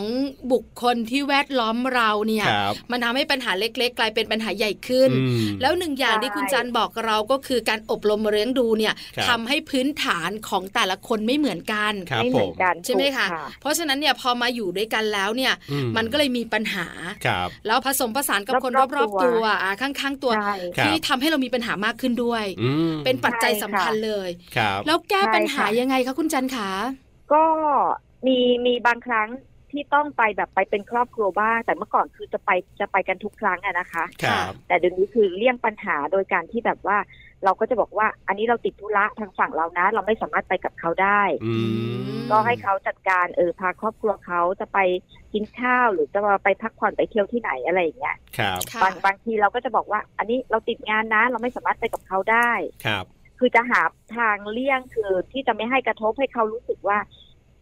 Speaker 1: บุคคลที่แวดล้อมเราเนี่ย
Speaker 2: ครับ
Speaker 1: มันทำให้ปัญหาเล็ก ๆ กลายเป็นปัญหาใหญ่ขึ้น
Speaker 2: อืม
Speaker 1: แล้วหนึ่งอย่าง
Speaker 6: ใช่
Speaker 1: ที่คุณจันบอกเราก็คือการอบรมเลี้ยงดูเนี่ย
Speaker 2: ครับ
Speaker 1: ทำให้พื้นฐานของแต่ละคนไม่เหมือนกัน
Speaker 2: ครับ
Speaker 6: ไม่เห
Speaker 2: ผ
Speaker 6: มือ
Speaker 2: ม
Speaker 6: นกัน
Speaker 1: ใช่ไหมคะ
Speaker 6: ถูก
Speaker 1: เพราะฉะนั้นเนี่ยพอมาอยู่ด้วยกันแล้วเนี่ย
Speaker 2: อื
Speaker 1: มันก็เลยมีปัญหา
Speaker 2: ครับ
Speaker 1: แล้วผสมผสานกับคนร
Speaker 6: ร
Speaker 1: อ
Speaker 6: อ
Speaker 1: บบ ๆ
Speaker 6: ๆ
Speaker 1: ตั
Speaker 6: ตัว ว
Speaker 1: อ่าข้าง ๆ ตัว
Speaker 6: ใช่
Speaker 2: ครับ
Speaker 1: ที่ทำให้เรามีปัญหามากขึ้นด้วย
Speaker 2: อืม
Speaker 1: เป็นปัจจัย
Speaker 6: ใช่ค่ะ
Speaker 1: สำคัญเลย
Speaker 2: ครับ
Speaker 1: แล้วแก้ปัญหา
Speaker 6: ใช่ค่ะ
Speaker 1: ยังไงคะคุณจันขา
Speaker 6: ก็มีมีบางครั้งที่ต้องไปแบบไปเป็นครอบครัวบ้างแต่เมื่อก่อนคือจะไปจะไปกันทุกครั้งอะนะคะ
Speaker 2: ครับ
Speaker 6: แต่เดี๋ยวนี้คือเลี่ยงปัญหาโดยการที่แบบว่า เราก็จะบอกว่า อันนี้เราติดธุระทางฝั่งเรานะ เราไม่สามารถไปกับเขาได้
Speaker 2: อืม
Speaker 6: ก็ให้เขาจัดการเออพาครอบครัวเขาจะไปกินข้าวหรือจะมาไปพักผ่อนไปเที่ยวที่ไหนอะไรอย่างเงี้ย
Speaker 2: ครับ
Speaker 1: ค่ะ
Speaker 6: บางบางทีเราก็จะบอกว่า อันนี้เราติดงานนะ เราไม่สามารถไปกับเขาได้
Speaker 2: ครับ
Speaker 6: คือจะหาทางเลี่ยงคือที่จะไม่ให้กระทบให้เขารู้สึกว่า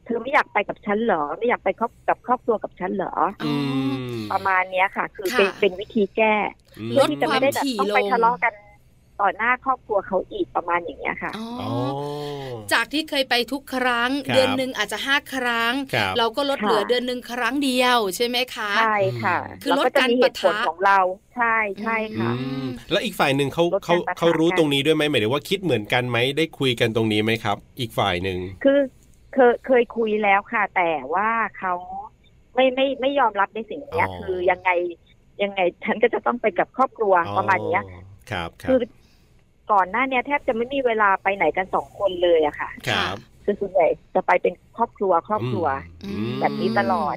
Speaker 6: เธอไม่อยากไปกับฉันเหรอ ไม่อยากไปครอบกับครอบครัวกับฉันเหรอ
Speaker 1: อ๋อ
Speaker 6: ประมาณเนี้ยค่ะ คือ
Speaker 1: ค่ะ
Speaker 6: เป็นเป็นวิธีแก้
Speaker 2: อืม
Speaker 1: ล
Speaker 6: เพื่อ
Speaker 1: ด
Speaker 6: ที่จะไม่ได้แบบ
Speaker 1: ความถี่
Speaker 6: ต้อง
Speaker 1: ล
Speaker 6: ไป
Speaker 1: ง
Speaker 6: ทะเลาะกันต่อหน้าครอบครัวเขาอีกประมาณอย่างเงี้ยค่ะ
Speaker 1: อ๋อ
Speaker 2: อ๋อ
Speaker 1: จากที่เคยไปทุกครั้ง
Speaker 2: ครับ
Speaker 1: เดือนหนึ่งอาจจะห้าครั้ง
Speaker 2: ครับ
Speaker 1: เราก็ลด
Speaker 6: ค่ะ
Speaker 1: เหลือเดือนหนึ่งครั้งเดียวใช่ไหมคะ
Speaker 6: ใช่ค่ะ
Speaker 1: คือ
Speaker 6: เรา
Speaker 1: ลด
Speaker 6: ก็จะ
Speaker 1: การ
Speaker 6: มีเห
Speaker 1: ปะ
Speaker 6: ตุผ
Speaker 1: ทะ
Speaker 6: ลของเราใช่ใช่
Speaker 2: อื
Speaker 6: ค่ะ
Speaker 2: มแล้วอีกฝ่ายหนึ่งเขา
Speaker 6: ลดการ
Speaker 2: เขา
Speaker 6: ปะทะ
Speaker 2: เขารู้
Speaker 6: กัน
Speaker 2: ตรงนี้ด้วยไหมหมายถึงว่าคิดเหมือนกันไหมได้คุยกันตรงนี้ไหมครับ อีกฝ่ายหนึ่ง
Speaker 6: คือเคยเคยคุยแล้วค่ะ แต่ว่าเขาไม่ไม่ไม่ยอมรับในสิ่งเนี้ย
Speaker 2: อ๋อ
Speaker 6: คือยังไงยังไงฉันก็จะต้องไปกับครอบครัวประมาณเนี้ย
Speaker 2: อ๋อครับครั
Speaker 6: คื
Speaker 2: บ
Speaker 6: อก่อนหน้าเนี้ยแทบจะไม่มีเวลาไปไหนกันสองคนเลยอะค่ะ
Speaker 2: ครับ
Speaker 6: คือส่วนใหญ่จะไปเป็นครอบครัวครอบครัว
Speaker 1: อืม
Speaker 6: แบบนี้ตลอด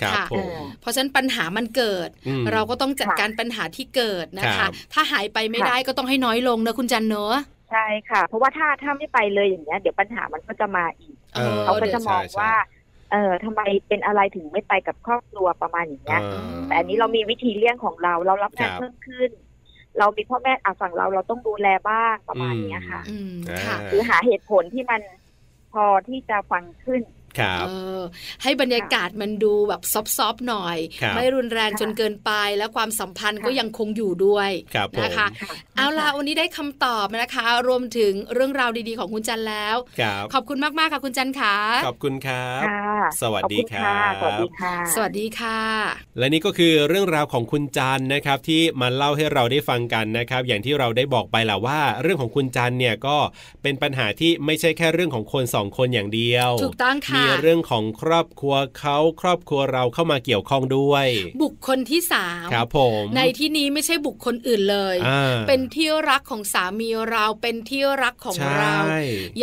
Speaker 2: ครับ
Speaker 1: ค่ะ
Speaker 2: ผม
Speaker 6: เออ
Speaker 1: เพราะฉะนั้นปัญหามันเกิด
Speaker 2: อืม
Speaker 1: เราก็ต้องจัด
Speaker 6: ค่ะ
Speaker 1: การปัญหาที่เกิดนะ
Speaker 2: ค
Speaker 1: คะ
Speaker 2: รับ
Speaker 1: ถ้าหายไปไม่
Speaker 6: ค่ะ
Speaker 1: ได้ก็ต้องให้น้อยลงนะคุณจันเนอะ
Speaker 6: ใช่ค่ะ เพราะว่าถ้าถ้าไม่ไปเลยอย่างเงี้ย เดี๋ยวปัญหามันก็จะมาอีก
Speaker 2: เออ
Speaker 1: ออ
Speaker 6: เขาก็
Speaker 1: ดี๋
Speaker 6: จะ
Speaker 1: ยว
Speaker 6: มอง
Speaker 2: ใช่ใช่
Speaker 6: ว่า เออทำไมเป็นอะไรถึงไม่ไปกับครอบครัวประมาณอย่างเงี้ย
Speaker 2: อ่า
Speaker 6: แต่อันนี้เรามีวิธีเลี่ยงของเรา เรารับ
Speaker 2: ค
Speaker 6: งาน
Speaker 2: รับ
Speaker 6: เพิ่มขึ้น เรามีพ่อแม่อ่ะฝั่งเราเราต้องดูแลบ้างประมาณเนี้ยค่ะ
Speaker 1: อืม
Speaker 2: อ่า
Speaker 1: ค่ะ
Speaker 6: หรือหาเหตุผลที่มันพอที่จะฟังขึ้น
Speaker 2: ครับ
Speaker 1: เออให้บรรยากาศมันดูแบบซอฟๆหน่อย
Speaker 2: ครับ
Speaker 1: ไม่รุนแรงจนเกินไปและความสัมพันธ์ก็ยังคงอยู่ด้วย
Speaker 2: ครับผม
Speaker 1: นะคะ เอาล่ะวันนี้ได้คำตอบนะคะ รวมถึงเรื่องราวดีๆของคุณจันแล้ว
Speaker 2: ครับ
Speaker 1: ขอบคุณมากๆค่ะคุณจันค่ะ
Speaker 2: ขอบคุณครับ
Speaker 6: ค่ะ
Speaker 2: สวัสดี
Speaker 6: ขอบณค่ะ
Speaker 2: ครับ
Speaker 6: สวัสดีค่ะ
Speaker 1: สวัสดีค่ะ
Speaker 2: และนี่ก็คือเรื่องราวของคุณจันนะครับที่มาเล่าให้เราได้ฟังกันนะครับ อย่างที่เราได้บอกไปแหละว่า เรื่องของคุณจันเนี่ยก็เป็นปัญหาที่ไม่ใช่แค่เรื่องของคนสองคนอย่างเดียว
Speaker 1: ถูกต้องค่ะ
Speaker 2: มีเรื่องของครอบครัวเขาครอบครัวเราเข้ามาเกี่ยวข้องด้วย
Speaker 1: บุคคลที่สาม
Speaker 2: ครับผม
Speaker 1: ในที่นี้ไม่ใช่บุคคลอื่นเลย
Speaker 2: อ่า
Speaker 1: เป็นที่รักของสามีเราเป็นที่รักของ
Speaker 2: ใช่
Speaker 1: เ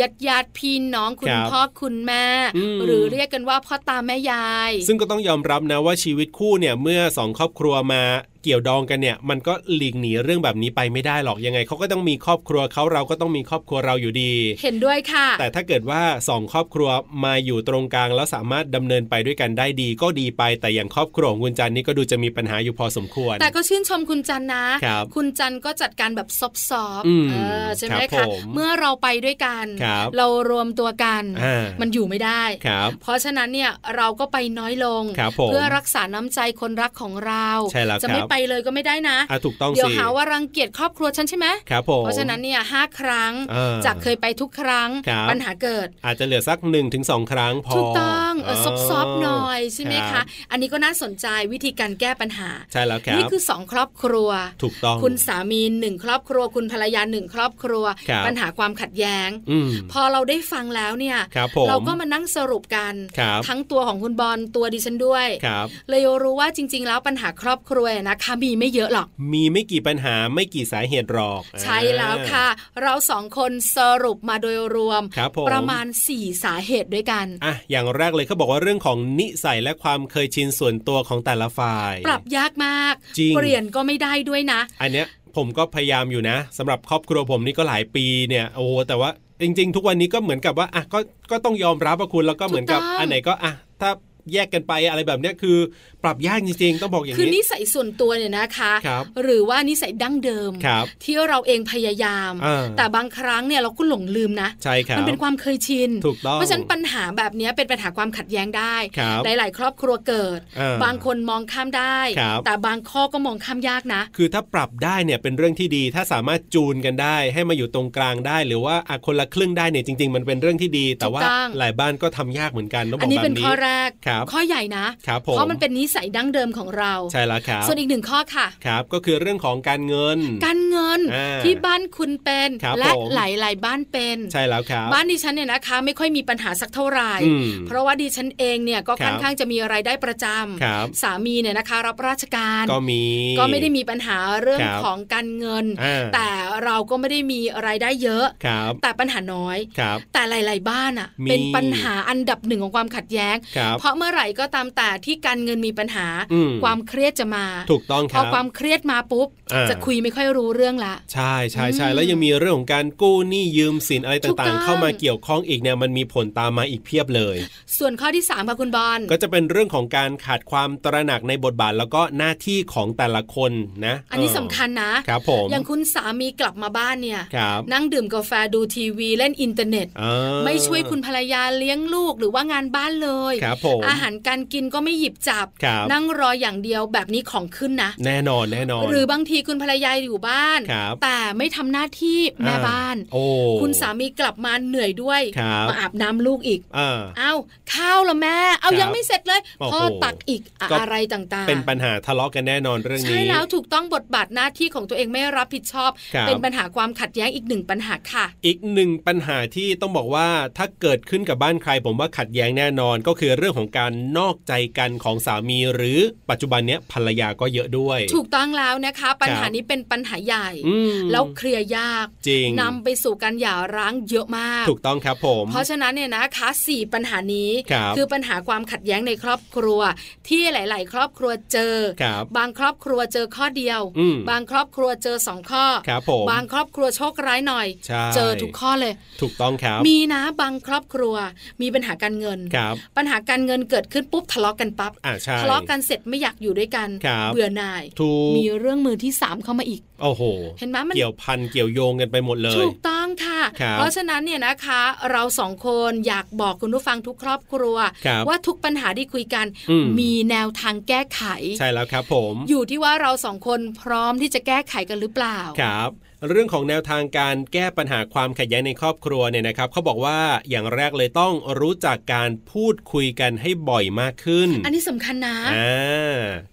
Speaker 1: รา ญาติญาติพี่น้องคุ
Speaker 2: ค
Speaker 1: ณ
Speaker 2: รับ
Speaker 1: พ่อคุณแม่
Speaker 2: อืม
Speaker 1: หรือเรียกกันว่าพ่อตาแม่ยาย
Speaker 2: ซึ่งก็ต้องยอมรับนะว่าชีวิตคู่เนี่ยเมื่อสองครอบครัวมาเกี่ยวดองกันเนี่ย มันก็หลีกหนีเรื่องแบบนี้ไปไม่ได้หรอกยังไงเขาก็ต้องมีครอบครัวเขาเราก็ต้องมีครอบครัวเราอยู่ดี
Speaker 1: เห็นด้วยค่ะ
Speaker 2: แต่ถ้าเกิดว่าสองครอบครัวมาอยู่ตรงกลาง แล้วสามารถดำเนินไปด้วยกันได้ดีก็ดีไปแต่อย่างครอบครัวของคุณจันนี่ก็ดูจะมีปัญหาอยู่พอสมควร
Speaker 1: แต่ก็ชื่นชมคุณจันนะครับ ณจันก็จัดการแบบซอฟต์ๆ
Speaker 2: อืม
Speaker 1: เออใช่ไหม
Speaker 2: ครั
Speaker 1: คะ
Speaker 2: บผม
Speaker 1: เมื่อเราไปด้วยกัน
Speaker 2: ครับ
Speaker 1: เรารวมตัวกัน
Speaker 2: อ่ามั
Speaker 1: มันอยู่ไม่ได้
Speaker 2: ครับ
Speaker 1: เพราะฉะนั้นเนี่ยเราก็ไปน้อยลง
Speaker 2: ครับผม
Speaker 1: เพื่อรักษาน้ำใจคนรักของเรา
Speaker 2: ใช่แล้ว
Speaker 1: จะ
Speaker 2: ครับ
Speaker 1: ไม่ไปเลยก็ไม่ได้นะ
Speaker 2: อ่ะถูกต้อง
Speaker 1: เดี๋ยว
Speaker 2: สิ
Speaker 1: หาว่ารังเกียจครอบครัวฉันใช่ไหม
Speaker 2: ครับผม
Speaker 1: เพราะฉะนั้นเนี่ยห้าครั้ง
Speaker 2: อ่า
Speaker 1: จากเคยไปทุกครั้ง
Speaker 2: ครับ
Speaker 1: ปัญหาเกิด
Speaker 2: อาจจะเหลือสัก1นถึงสครั้งพอ
Speaker 1: ถูกต้องเออซอบๆหน่อยใช่ไหม
Speaker 2: รั
Speaker 1: คะ
Speaker 2: บ
Speaker 1: อันนี้ก็น่าสนใจวิธีการแก้ปัญหา
Speaker 2: ใช่แล้วครับ
Speaker 1: นี่คือสองครอบครัว
Speaker 2: ถูกต้อง
Speaker 1: คุณสามีหนึ่งครอบครัว คุณภรรยาหนึ่งครอบครัว
Speaker 2: ครับ
Speaker 1: ปัญหาความขัดแย้ง
Speaker 2: อืม
Speaker 1: พอเราได้ฟังแล้วเนี่ย
Speaker 2: ครับผม
Speaker 1: เราก็มานั่งสรุปกัน
Speaker 2: ครับ
Speaker 1: ทั้งตัวของคุณบอลตัวดิฉันด้วย
Speaker 2: ครับ
Speaker 1: เลยรู้ว่าจริง ๆ แล้วปัญหาครอบครัวนะคะมีไม่เยอะหรอก
Speaker 2: มีไม่กี่ปัญหาไม่กี่สาเหตุหรอก
Speaker 1: ใช่แล้วค่ะ เราสองคนสรุปมาโดยรวม
Speaker 2: ครับผม
Speaker 1: ประมาณ 4 สาเหตุด้วยกัน
Speaker 2: อ่ะอย่างแรกเลยเขาบอกว่าเรื่องของนิสัยและความเคยชินส่วนตัวของแต่ละฝ่าย
Speaker 1: ปรับยากมาก
Speaker 2: จริง
Speaker 1: เปลี่ยนก็ไม่ได้ด้วยนะ
Speaker 2: อันเนี้ยผมก็พยายามอยู่นะสำหรับครอบครัวผมนี่ก็หลายปีเนี่ยโอ้โหแต่ว่าจริง ๆ ทุกวันนี้ก็เหมือนกับว่าอ่ะก็ก็ต้องยอมรับว่าคุณแล้วก็เหมือนกับ
Speaker 1: ถูกต้อง
Speaker 2: อันไหนก็อ่ะถ้าแยกกันไปอะไรแบบเนี้ยคือ ปรับยากจริงๆ ต้องบอกอย่าง
Speaker 1: คือนิ
Speaker 2: นี้
Speaker 1: สัยส่วนตัวเนี่ยนะคะ
Speaker 2: ครับ
Speaker 1: หรือว่านิสัยดั้งเดิม
Speaker 2: ครับ
Speaker 1: ที่เราเองพยายาม
Speaker 2: อ่า
Speaker 1: แต่บางครั้งเนี่ยเราก็หลงลืมนะ
Speaker 2: ใช่ครับ
Speaker 1: มันเป็นความเคยชิน
Speaker 2: ถูกต้อง
Speaker 1: เพราะฉะนั้นปัญหาแบบเนี้ยเป็นปัญหาความขัดแย้งได้
Speaker 2: ครับ
Speaker 1: หลาย ๆ ครอบครัวเกิด
Speaker 2: อ่า
Speaker 1: บางคนมองข้ามได้
Speaker 2: ครับ
Speaker 1: แต่บางข้อก็มองข้ามยากนะ
Speaker 2: คือถ้าปรับได้เนี่ยเป็นเรื่องที่ดีถ้าสามารถจูนกันได้ ให้มาอยู่ตรงกลางได้ หรือว่าอ่ะคนละครึ่งได้เนี่ยจริง ๆ มันเป็นเรื่องที่ดี แต่ว่า
Speaker 1: ถูกต้อง
Speaker 2: หลายบ้านก็ทำยากเหมือนกันต้องบ
Speaker 1: อั
Speaker 2: อน ก
Speaker 1: นี้
Speaker 2: แบ
Speaker 1: เป็น
Speaker 2: บนี้
Speaker 1: ข้อแรก
Speaker 2: ครับ
Speaker 1: ข้อใหญ่นะ
Speaker 2: ครับผม
Speaker 1: เพราะมันเป็นนิสัยดั้งเดิมของเรา
Speaker 2: ใช่แล้วครับ
Speaker 1: ส่วนอีกหนึ่งข้อค่ะ
Speaker 2: ครับ ก็คือเรื่องของการเงิน
Speaker 1: การเงิน
Speaker 2: อ่า
Speaker 1: ที่บ้านคุณเป็น
Speaker 2: ครับ
Speaker 1: และ
Speaker 2: ผม
Speaker 1: หลาย ๆ บ้านเป็น
Speaker 2: ใช่แล้วครับ
Speaker 1: บ้านดิฉันเนี่ยนะคะ ไม่ค่อยมีปัญหาสักเท่าไหร่
Speaker 2: อืม
Speaker 1: เพราะว่าดิฉันเองเนี่ยก็
Speaker 2: ครับ
Speaker 1: ค่อนข้างจะมีรายได้ประจ
Speaker 2: ค
Speaker 1: ำ
Speaker 2: รับ
Speaker 1: สามีเนี่ยนะคะรับราชการ
Speaker 2: ก็มี
Speaker 1: ก็ไม่ได้มีปัญหาเรื่อง
Speaker 2: ครับ
Speaker 1: ของการเงิน
Speaker 2: อ่า
Speaker 1: แต่เราก็ไม่ได้มีรายได้เยอะ
Speaker 2: ครับ
Speaker 1: แต่ปัญหาน้อย
Speaker 2: ครับ
Speaker 1: แต่หลาย ๆ บ้านอ่ะ
Speaker 2: มี
Speaker 1: เป็นปัญหาอันดับหนึ่งของความขัดแย้ง
Speaker 2: ครับ
Speaker 1: เพราะเมื่อไหร่ก็ตามแต่ที่การเงินมีปัญหา
Speaker 2: อื
Speaker 1: ความเครียดจะมา
Speaker 2: ถูกต้องค
Speaker 1: พ
Speaker 2: รั
Speaker 1: อบ ความเครียดมาปุ๊บ
Speaker 2: อ่า
Speaker 1: จะคุยไม่ค่อยรู้เรื่องละ
Speaker 2: ใช่ใช่ใช่
Speaker 1: อืม
Speaker 2: แล้วยังมีเรื่องของการกู้หนี้ยืมสินอะไร
Speaker 1: ถูกต้
Speaker 2: ต่า
Speaker 1: องง
Speaker 2: ๆ เข้ามาเกี่ยวข้องอีกเนี่ยมันมีผลตามมาอีกเพียบเลย
Speaker 1: ส่วนข้อที่3ามค่ะคุณบอล
Speaker 2: ก็จะเป็นเรื่องของการขาดความตระหนักในบทบาทแล้วก็หน้าที่ของแต่ละคนนะ
Speaker 1: อันนี้
Speaker 2: เ
Speaker 1: สำคัญนะ
Speaker 2: ครับผม
Speaker 1: อย่างคุณสามีกลับมาบ้านเนี่ย
Speaker 2: ครับ
Speaker 1: นั่งดื่มกาแฟดูทีวีเล่นอินเทอร์เน็ต
Speaker 2: อ่า
Speaker 1: ไม่ช่วยคุณภรรยาเลี้ยงลูกหรือว่างานบ้านเลย
Speaker 2: ครับผม
Speaker 1: อาหารการกินก็ไม่หยิบจับ
Speaker 2: ครับ
Speaker 1: นั่งรออย่างเดียวแบบนี้ของขึ้นนะ
Speaker 2: แน่นอนแน่นอน
Speaker 1: หรือบางทีคุณภรรยาอยู่บ้าน
Speaker 2: ครับ
Speaker 1: แต่ไม่ทำหน้าที่แม่บ้าน
Speaker 2: โอ้
Speaker 1: คุณสามีกลับมาเหนื่อยด้วย
Speaker 2: ครับ
Speaker 1: มาอาบน้ำลูกอีก
Speaker 2: อ่า
Speaker 1: เอาข้าวละแม่ เอา
Speaker 2: ครับ
Speaker 1: ยังไม่เสร็จเลย
Speaker 2: โอ้โห
Speaker 1: พ่อตักอีกอะ
Speaker 2: ก็
Speaker 1: อะไรต่างๆ
Speaker 2: เป็นปัญหาทะเลาะกันแน่นอนเรื่อง
Speaker 1: ใช่
Speaker 2: นี้
Speaker 1: แล้วถูกต้องบทบาทหน้าที่ของตัวเองไม่รับผิดชอบ
Speaker 2: ครับ
Speaker 1: เป็นปัญหาความขัดแย้งอีกหนึ่งปัญหาค่ะ
Speaker 2: อีกหนึ่งปัญหาที่ต้องบอกว่าถ้าเกิดขึ้นกับบ้านใคร ผมว่าขัดแย้งแน่นอน ก็คือเรื่องของการนอกใจกันของสามี หรือปัจจุบันเนี้ยภรรยาก็เยอะด้วย
Speaker 1: ถูกต้องแล้วนะคะ ปัญหา
Speaker 2: ครับ
Speaker 1: นี้เป็นปัญหาใหญ่
Speaker 2: อืม
Speaker 1: แล้วเคลียร์ยาก
Speaker 2: จริง
Speaker 1: นำไปสู่การหย่าร้างเยอะมาก
Speaker 2: ถูกต้องครับผม
Speaker 1: เพราะฉะนั้นเนี่ยนะคะสี่ปัญหานี้
Speaker 2: ครับ
Speaker 1: อปัญหาความขัดแย้งในครอบครัว ที่หลาย ๆ ครอบครัวเจอ
Speaker 2: ครับ
Speaker 1: บางครอบครัวเจอข้อเดียว
Speaker 2: อืม
Speaker 1: บางครอบครัวเจอสองข้อ
Speaker 2: ครับผม
Speaker 1: บางครอบครัวโชคร้ายหน่อย
Speaker 2: ใช่
Speaker 1: เจอทุกข้อเลย
Speaker 2: ถูกต้องครับ
Speaker 1: มีนะบางครอบครัว มีปัญหาการเงิน
Speaker 2: ครับ
Speaker 1: ปัญหาการเงิน เกิดขึ้นปุ๊บทะเลาะกันปั๊บ
Speaker 2: อ่าใช่
Speaker 1: ทะเลาะกันเสร็จไม่อยากอยู่ด้วยกัน
Speaker 2: ครับ
Speaker 1: เบื่อหน่าย
Speaker 2: ถูก
Speaker 1: มีเรื่องมือที่สามเข้ามาอีก
Speaker 2: โอ้โห
Speaker 1: เห็นไหมมัน
Speaker 2: เกี่ยวพันเกี่ยวโยงกันไปหมดเลย
Speaker 1: ถูกต้องค่ะ
Speaker 2: ครับ
Speaker 1: เพราะฉะนั้นเนี่ยนะคะ เราสองคนอยากบอกคุณผู้ฟังทุกครอบครัว
Speaker 2: ครับ
Speaker 1: ว่าทุกปัญหาที่คุยกัน
Speaker 2: อืม
Speaker 1: มีแนวทางแก้ไข
Speaker 2: ใช่แล้วครับผม
Speaker 1: อยู่ที่ว่าเราสองคนพร้อมที่จะแก้ไขกันหรือเปล่า
Speaker 2: ครับเรื่องของแนวทางการแก้ปัญหาความขัดแย้งในครอบครัวเนี่ยนะครับเขาบอกว่าอย่างแรกเลยต้องรู้จักการพูดคุยกันให้บ่อยมากขึ้น
Speaker 1: อันนี้สำคัญนะ
Speaker 2: อ่า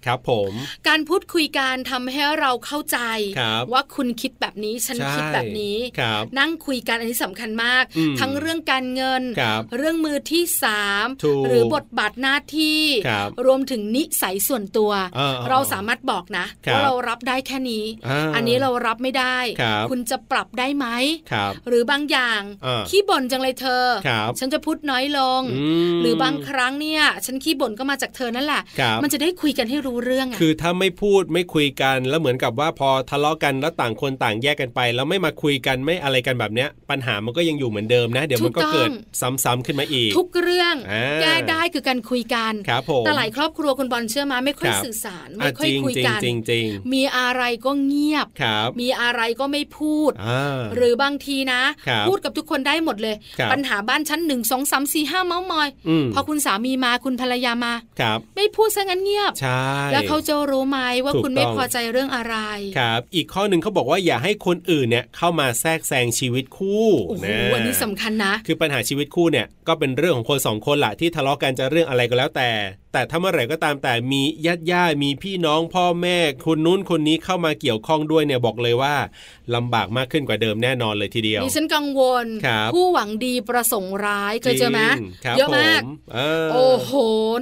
Speaker 2: ครับผม
Speaker 1: การพูดคุยกันทำให้เราเข้าใจ
Speaker 2: ครับ
Speaker 1: ว่าคุณคิดแบบนี้ฉัน
Speaker 2: ใช่
Speaker 1: คิดแบบนี้
Speaker 2: ครับ
Speaker 1: นั่งคุยกันอันนี้สำคัญมาก
Speaker 2: อืม
Speaker 1: ทั้งเรื่องการเงิน
Speaker 2: ครับ
Speaker 1: เรื่องมือที่สาม
Speaker 2: ถูก
Speaker 1: หรือบทบาทหน้าที่
Speaker 2: ครับ
Speaker 1: รวมถึงนิสัยส่วนตัว
Speaker 2: อ่า
Speaker 1: เราสามารถบอกนะครับ ว่าเรารับได้แค่นี้
Speaker 2: อ่า
Speaker 1: อันนี้เรารับไม่ได้
Speaker 2: ครับ
Speaker 1: คุณจะปรับได้ไหม
Speaker 2: ครับ
Speaker 1: หรือบางอย่าง
Speaker 2: อ่า
Speaker 1: ขี้บ่นจังเลยเธอ
Speaker 2: ครับ
Speaker 1: ฉันจะพูดน้อยลง
Speaker 2: ม
Speaker 1: หรือบางครั้งเนี่ย ฉันขี้บ่นก็มาจากเธอนั่นแหละ
Speaker 2: ครับ
Speaker 1: มันจะได้คุยกันให้รู้เรื่องอะ
Speaker 2: คือถ้าไม่พูดไม่คุยกันแล้วเหมือนกับว่าพอทะเลาะกันแล้วต่างคนต่างแยกกันไป แล้วไม่มาคุยกันไม่อะไรกันแบบเนี้ย ปัญหามันก็ยังอยู่เหมือนเดิมนะ เดี๋ยวมันก็เกิดซ้ำๆขึ้นมาอีก
Speaker 1: ทุกเรื่อง
Speaker 2: อ่า
Speaker 1: แก้ได้คือการคุยกัน
Speaker 2: ครับผม
Speaker 1: แต่หลายครอบครัวคุณบอลเชื่อมาไม่ค่อย
Speaker 2: ครับ
Speaker 1: สื่อสาร
Speaker 2: อ่ะ
Speaker 1: ไม่ค่อยคุยกัน
Speaker 2: จริงๆจริงๆ
Speaker 1: มีอะไรก็เงียบ
Speaker 2: ครับ
Speaker 1: มีอะไรก็ไม่พูด
Speaker 2: อ่า
Speaker 1: หรือบางทีนะ
Speaker 2: ครับ
Speaker 1: พูดกับทุกคนได้หมดเลย
Speaker 2: ครับ
Speaker 1: ปัญหาบ้านชั้นหนึ่งสองสามสี่ห้าเมาส์มอย
Speaker 2: อืม
Speaker 1: พอคุณสามีมาคุณภรรยามา
Speaker 2: ครับ
Speaker 1: ไม่พูดซะงั้นเงียบ
Speaker 2: ใช่
Speaker 1: แล้วเขาจะรู้ไหมว่า
Speaker 2: ถูก
Speaker 1: คุณไม่
Speaker 2: ต้อง
Speaker 1: พอใจเรื่องอะไร
Speaker 2: ครับ อีกข้อหนึ่งเขาบอกว่าอย่าให้คนอื่นเนี่ยเข้ามาแทรกแซงชีวิตคู่
Speaker 1: โอ้โห
Speaker 2: ะ
Speaker 1: อันนี้สำคัญนะ
Speaker 2: คือปัญหาชีวิตคู่เนี่ยก็เป็นเรื่องของคนสองคนละที่ทะเลาะกันจะเรื่องอะไรก็แล้วแต่ แต่ถ้าเมื่อไหร่ก็ตามแต่มีญาติญาติมีพี่น้องพ่อแม่คนนู้นคนนี้เข้ามาเกี่ยวข้องด้วยเนี่ยบอกเลยว่าลำบากมากขึ้นกว่าเดิมแน่นอนเลยทีเดียว
Speaker 1: ดิฉันกังวล
Speaker 2: ครับ
Speaker 1: ผู้หวังดีประสงค์ร้ายเคยเจอไหม
Speaker 2: จริงครับ
Speaker 1: เยอะมาก
Speaker 2: ผเออ
Speaker 1: โอ้โห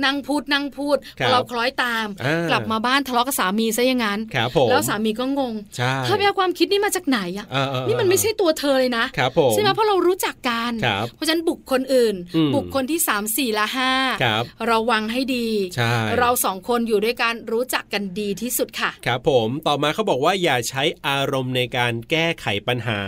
Speaker 1: นั่งพูดนั่งพูด
Speaker 2: ค
Speaker 1: พ
Speaker 2: รับ
Speaker 1: อเราคล้อยตาม
Speaker 2: อ่าก ก
Speaker 1: ลับมาบ้านทะเลาะกับสามีซะอย่างนั้น
Speaker 2: ครับผม
Speaker 1: แล้วสามีก็งง
Speaker 2: ใช่
Speaker 1: เธอไปเอาความคิดนี่มาจากไหนอะ
Speaker 2: เออเออเออ
Speaker 1: นี่มันไม่ใช่ตัวเธอเลยนะครับ
Speaker 2: ผม
Speaker 1: ใช่ไหมเพราะเรารู้จักกัน
Speaker 2: ครับ
Speaker 1: เพราะฉะนั้นบุคคลอื่น
Speaker 2: อืม
Speaker 1: บุคคลที่ 3 4 และ
Speaker 2: ค
Speaker 1: 5
Speaker 2: รับ
Speaker 1: ระวังให้ดี
Speaker 2: ใช่
Speaker 1: เราสองคนอยู่ด้วยกันรู้จักกันดีที่สุดค่ะ
Speaker 2: ครับผมต่อมาเขาบอกว่าอย่าใช้อารมณ์ในการแก้ไขปัญหา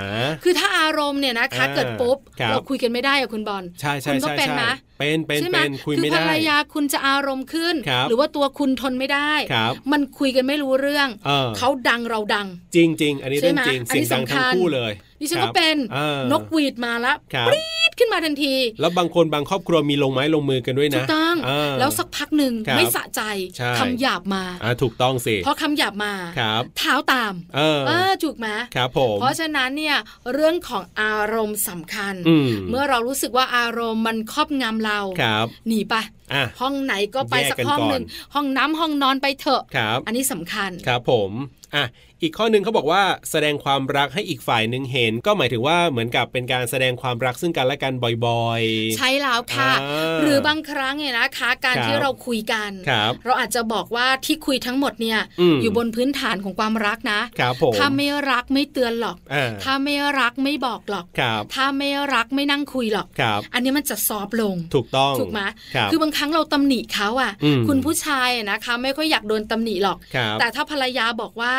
Speaker 1: คือถ้าอารมณ์เนี่ยนะคะ
Speaker 2: อ่า
Speaker 1: เกิดปุ๊บ
Speaker 2: ครับ
Speaker 1: เราคุยกันไม่ได้อะคุณบอล
Speaker 2: ใช่ใช่
Speaker 1: คุณก็
Speaker 2: ใช่
Speaker 1: เป็นไหม
Speaker 2: ใช่เป็นเป็น
Speaker 1: ใช่ไหม
Speaker 2: เป็นคุยไม่
Speaker 1: อภร
Speaker 2: ได้
Speaker 1: รยาคุณจะอารมณ์ขึ้น
Speaker 2: ครับ
Speaker 1: หรือว่าตัวคุณทนไม่ได้
Speaker 2: ครับ
Speaker 1: มันคุยกันไม่รู้เรื่อง
Speaker 2: เออ ดั
Speaker 1: ดังเราดัง
Speaker 2: จริงจริง ๆ อันนี้
Speaker 1: ใช่
Speaker 2: เรื่อง
Speaker 1: ไหม
Speaker 2: จริง
Speaker 1: อัน
Speaker 2: เสี
Speaker 1: นี้
Speaker 2: ยงดัง
Speaker 1: สำคั
Speaker 2: ทั้
Speaker 1: ญ
Speaker 2: งคู่เลย
Speaker 1: ดิฉัน
Speaker 2: ค
Speaker 1: ก็
Speaker 2: รับ
Speaker 1: เป็น
Speaker 2: ออน
Speaker 1: กหวีดมาแล้ว
Speaker 2: ครับ
Speaker 1: ปี๊ดขึ้นมาทันที
Speaker 2: แล้วบางคนบางครอบครัวมีลงไม้ลงมือกันด้วยนะ
Speaker 1: ถูกต้อง
Speaker 2: า
Speaker 1: แล้วสักพักหนึ่ง
Speaker 2: ครับ
Speaker 1: ไม่สะใจ
Speaker 2: ใช่
Speaker 1: คำหยาบมา
Speaker 2: อ่าถูกต้องสิ
Speaker 1: เพราะคำหยาบมา
Speaker 2: ครับ
Speaker 1: เท้าตาม
Speaker 2: เออ
Speaker 1: เออถูกไหม
Speaker 2: ครับผม
Speaker 1: เพราะฉะนั้นเนี่ยเรื่องของอารมณ์สำคัญ
Speaker 2: อืม
Speaker 1: เมื่อเรารู้สึกว่าอารมณ์มันครอบงำเรา
Speaker 2: ครับ
Speaker 1: หนีไป
Speaker 2: อ่ะ
Speaker 1: ห้องไหนก็ไป
Speaker 2: แยก
Speaker 1: สัก
Speaker 2: กัน
Speaker 1: ห้อง
Speaker 2: ก่อน
Speaker 1: หนึ่งห้องน้ำห้องนอนไปเถอะ
Speaker 2: ครับ
Speaker 1: อันนี้สำคัญ
Speaker 2: ครับผมอ่ะอีกข้อหนึ่งเขาบอกว่าแสดงความรักให้อีกฝ่ายหนึ่งเห็น ก็หมายถึงว่าเหมือนกับเป็นการแสดงความรักซึ่งกันและกันบ่อยๆ
Speaker 1: ใช่แล้วค่ะ
Speaker 2: อ่า
Speaker 1: หรือบางครั้งเนี่ยนะคะ การ
Speaker 2: ครับ
Speaker 1: ที่เราคุยกัน
Speaker 2: ครับ
Speaker 1: เราอาจจะบอกว่าที่คุยทั้งหมดเนี่ย
Speaker 2: อืม
Speaker 1: ยู่บนพื้นฐานของความรักนะครับ
Speaker 2: ผม
Speaker 1: ถ้าไม่รักไม่เตือนหรอก
Speaker 2: อ่า
Speaker 1: ถ้าไม่รักไม่บอกหรอก
Speaker 2: ครับ
Speaker 1: ถ้าไม่รักไม่นั่งคุยหรอก
Speaker 2: ครับ
Speaker 1: อันนี้มันจะซอฟต์ลง
Speaker 2: ถูกต้อง
Speaker 1: ถูกไหม
Speaker 2: ครับ
Speaker 1: คือบางครั้งเราตำหนิเขาอ่ะ
Speaker 2: อืม
Speaker 1: คุณผู้ชายอะนะคะ ไม่ค่อยอยากโดนตำหนิหรอก
Speaker 2: ครับ
Speaker 1: แต่ถ้าภรรยาบอกว่า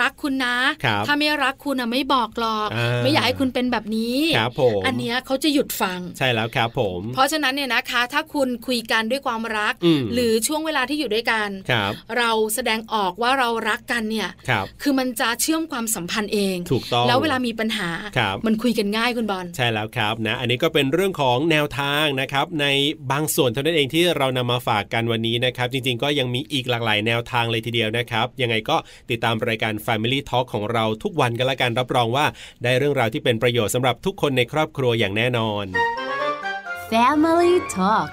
Speaker 1: รักคุณนะ
Speaker 2: ครับ
Speaker 1: ถ้าไม่รักคุณนะไม่บอกหรอก
Speaker 2: อ่า
Speaker 1: ไม่อยากให้คุณเป็นแบบนี้
Speaker 2: ครับผม
Speaker 1: อันเนี้ยเขาจะหยุดฟัง
Speaker 2: ใช่แล้วครับผม
Speaker 1: เพราะฉะนั้นเนี่ยนะคะ ถ้าคุณคุยกันด้วยความรัก
Speaker 2: อืม
Speaker 1: หรือช่วงเวลาที่อยู่ด้วยกัน
Speaker 2: ครับ
Speaker 1: เราแสดงออกว่าเรารักกันเนี่ย
Speaker 2: ครับ
Speaker 1: คือมันจะเชื่อมความสัมพันธ์เอง
Speaker 2: ถูกต้อง
Speaker 1: แล้วเวลามีปัญหา
Speaker 2: ครับ
Speaker 1: มันคุยกันง่ายคุณบอล
Speaker 2: ใช่แล้วครับนะ อันนี้ก็เป็นเรื่องของแนวทางนะครับ ในบางส่วนเท่านั้นเองที่เรานำมาฝากกันวันนี้นะครับ จริง ๆ ก็ยังมีอีกหลากหลายแนวทางเลยทีเดียวนะครับ ยังไงก็ติดตามรายการ Family Talk ของเราทุกวันกันละกันรับรองว่า ได้เรื่องราวที่เป็นประโยชน์สำหรับทุกคนในครอบครัวอย่างแน่นอน
Speaker 4: Family Talk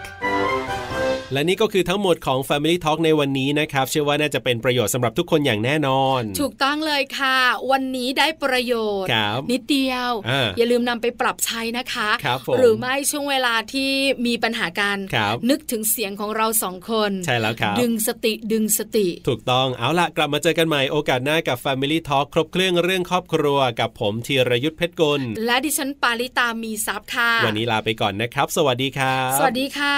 Speaker 2: และนี่ก็คือทั้งหมดของ Family Talk ในวันนี้นะครับ เชื่อว่าน่าจะเป็นประโยชน์สำหรับทุกคนอย่างแน่นอน
Speaker 1: ถูกต้องเลยค่ะ วันนี้ได้ประโยชน์
Speaker 2: ครับ
Speaker 1: นิดเดียว
Speaker 2: อ่า
Speaker 1: อย่าลืมนำไปปรับใช้นะคะ
Speaker 2: ครับผม
Speaker 1: หรือไม่ช่วงเวลาที่มีปัญหากัน
Speaker 2: ครับ
Speaker 1: นึกถึงเสียงของเราสองคน
Speaker 2: ใช่แล้วครับ
Speaker 1: ดึงสติดึงสติ
Speaker 2: ถูกต้องเอาละกลับมาเจอกันใหม่โอกาสหน้ากับ Family Talk ครบเครื่องเรื่องครอบครัวกับผมธีรยุทธเพชรกุล
Speaker 1: และดิฉันปาริตามีซับค่ะ
Speaker 2: วันนี้ลาไปก่อนนะครับ สวัสดีครับ
Speaker 1: สวัสดีค่ะ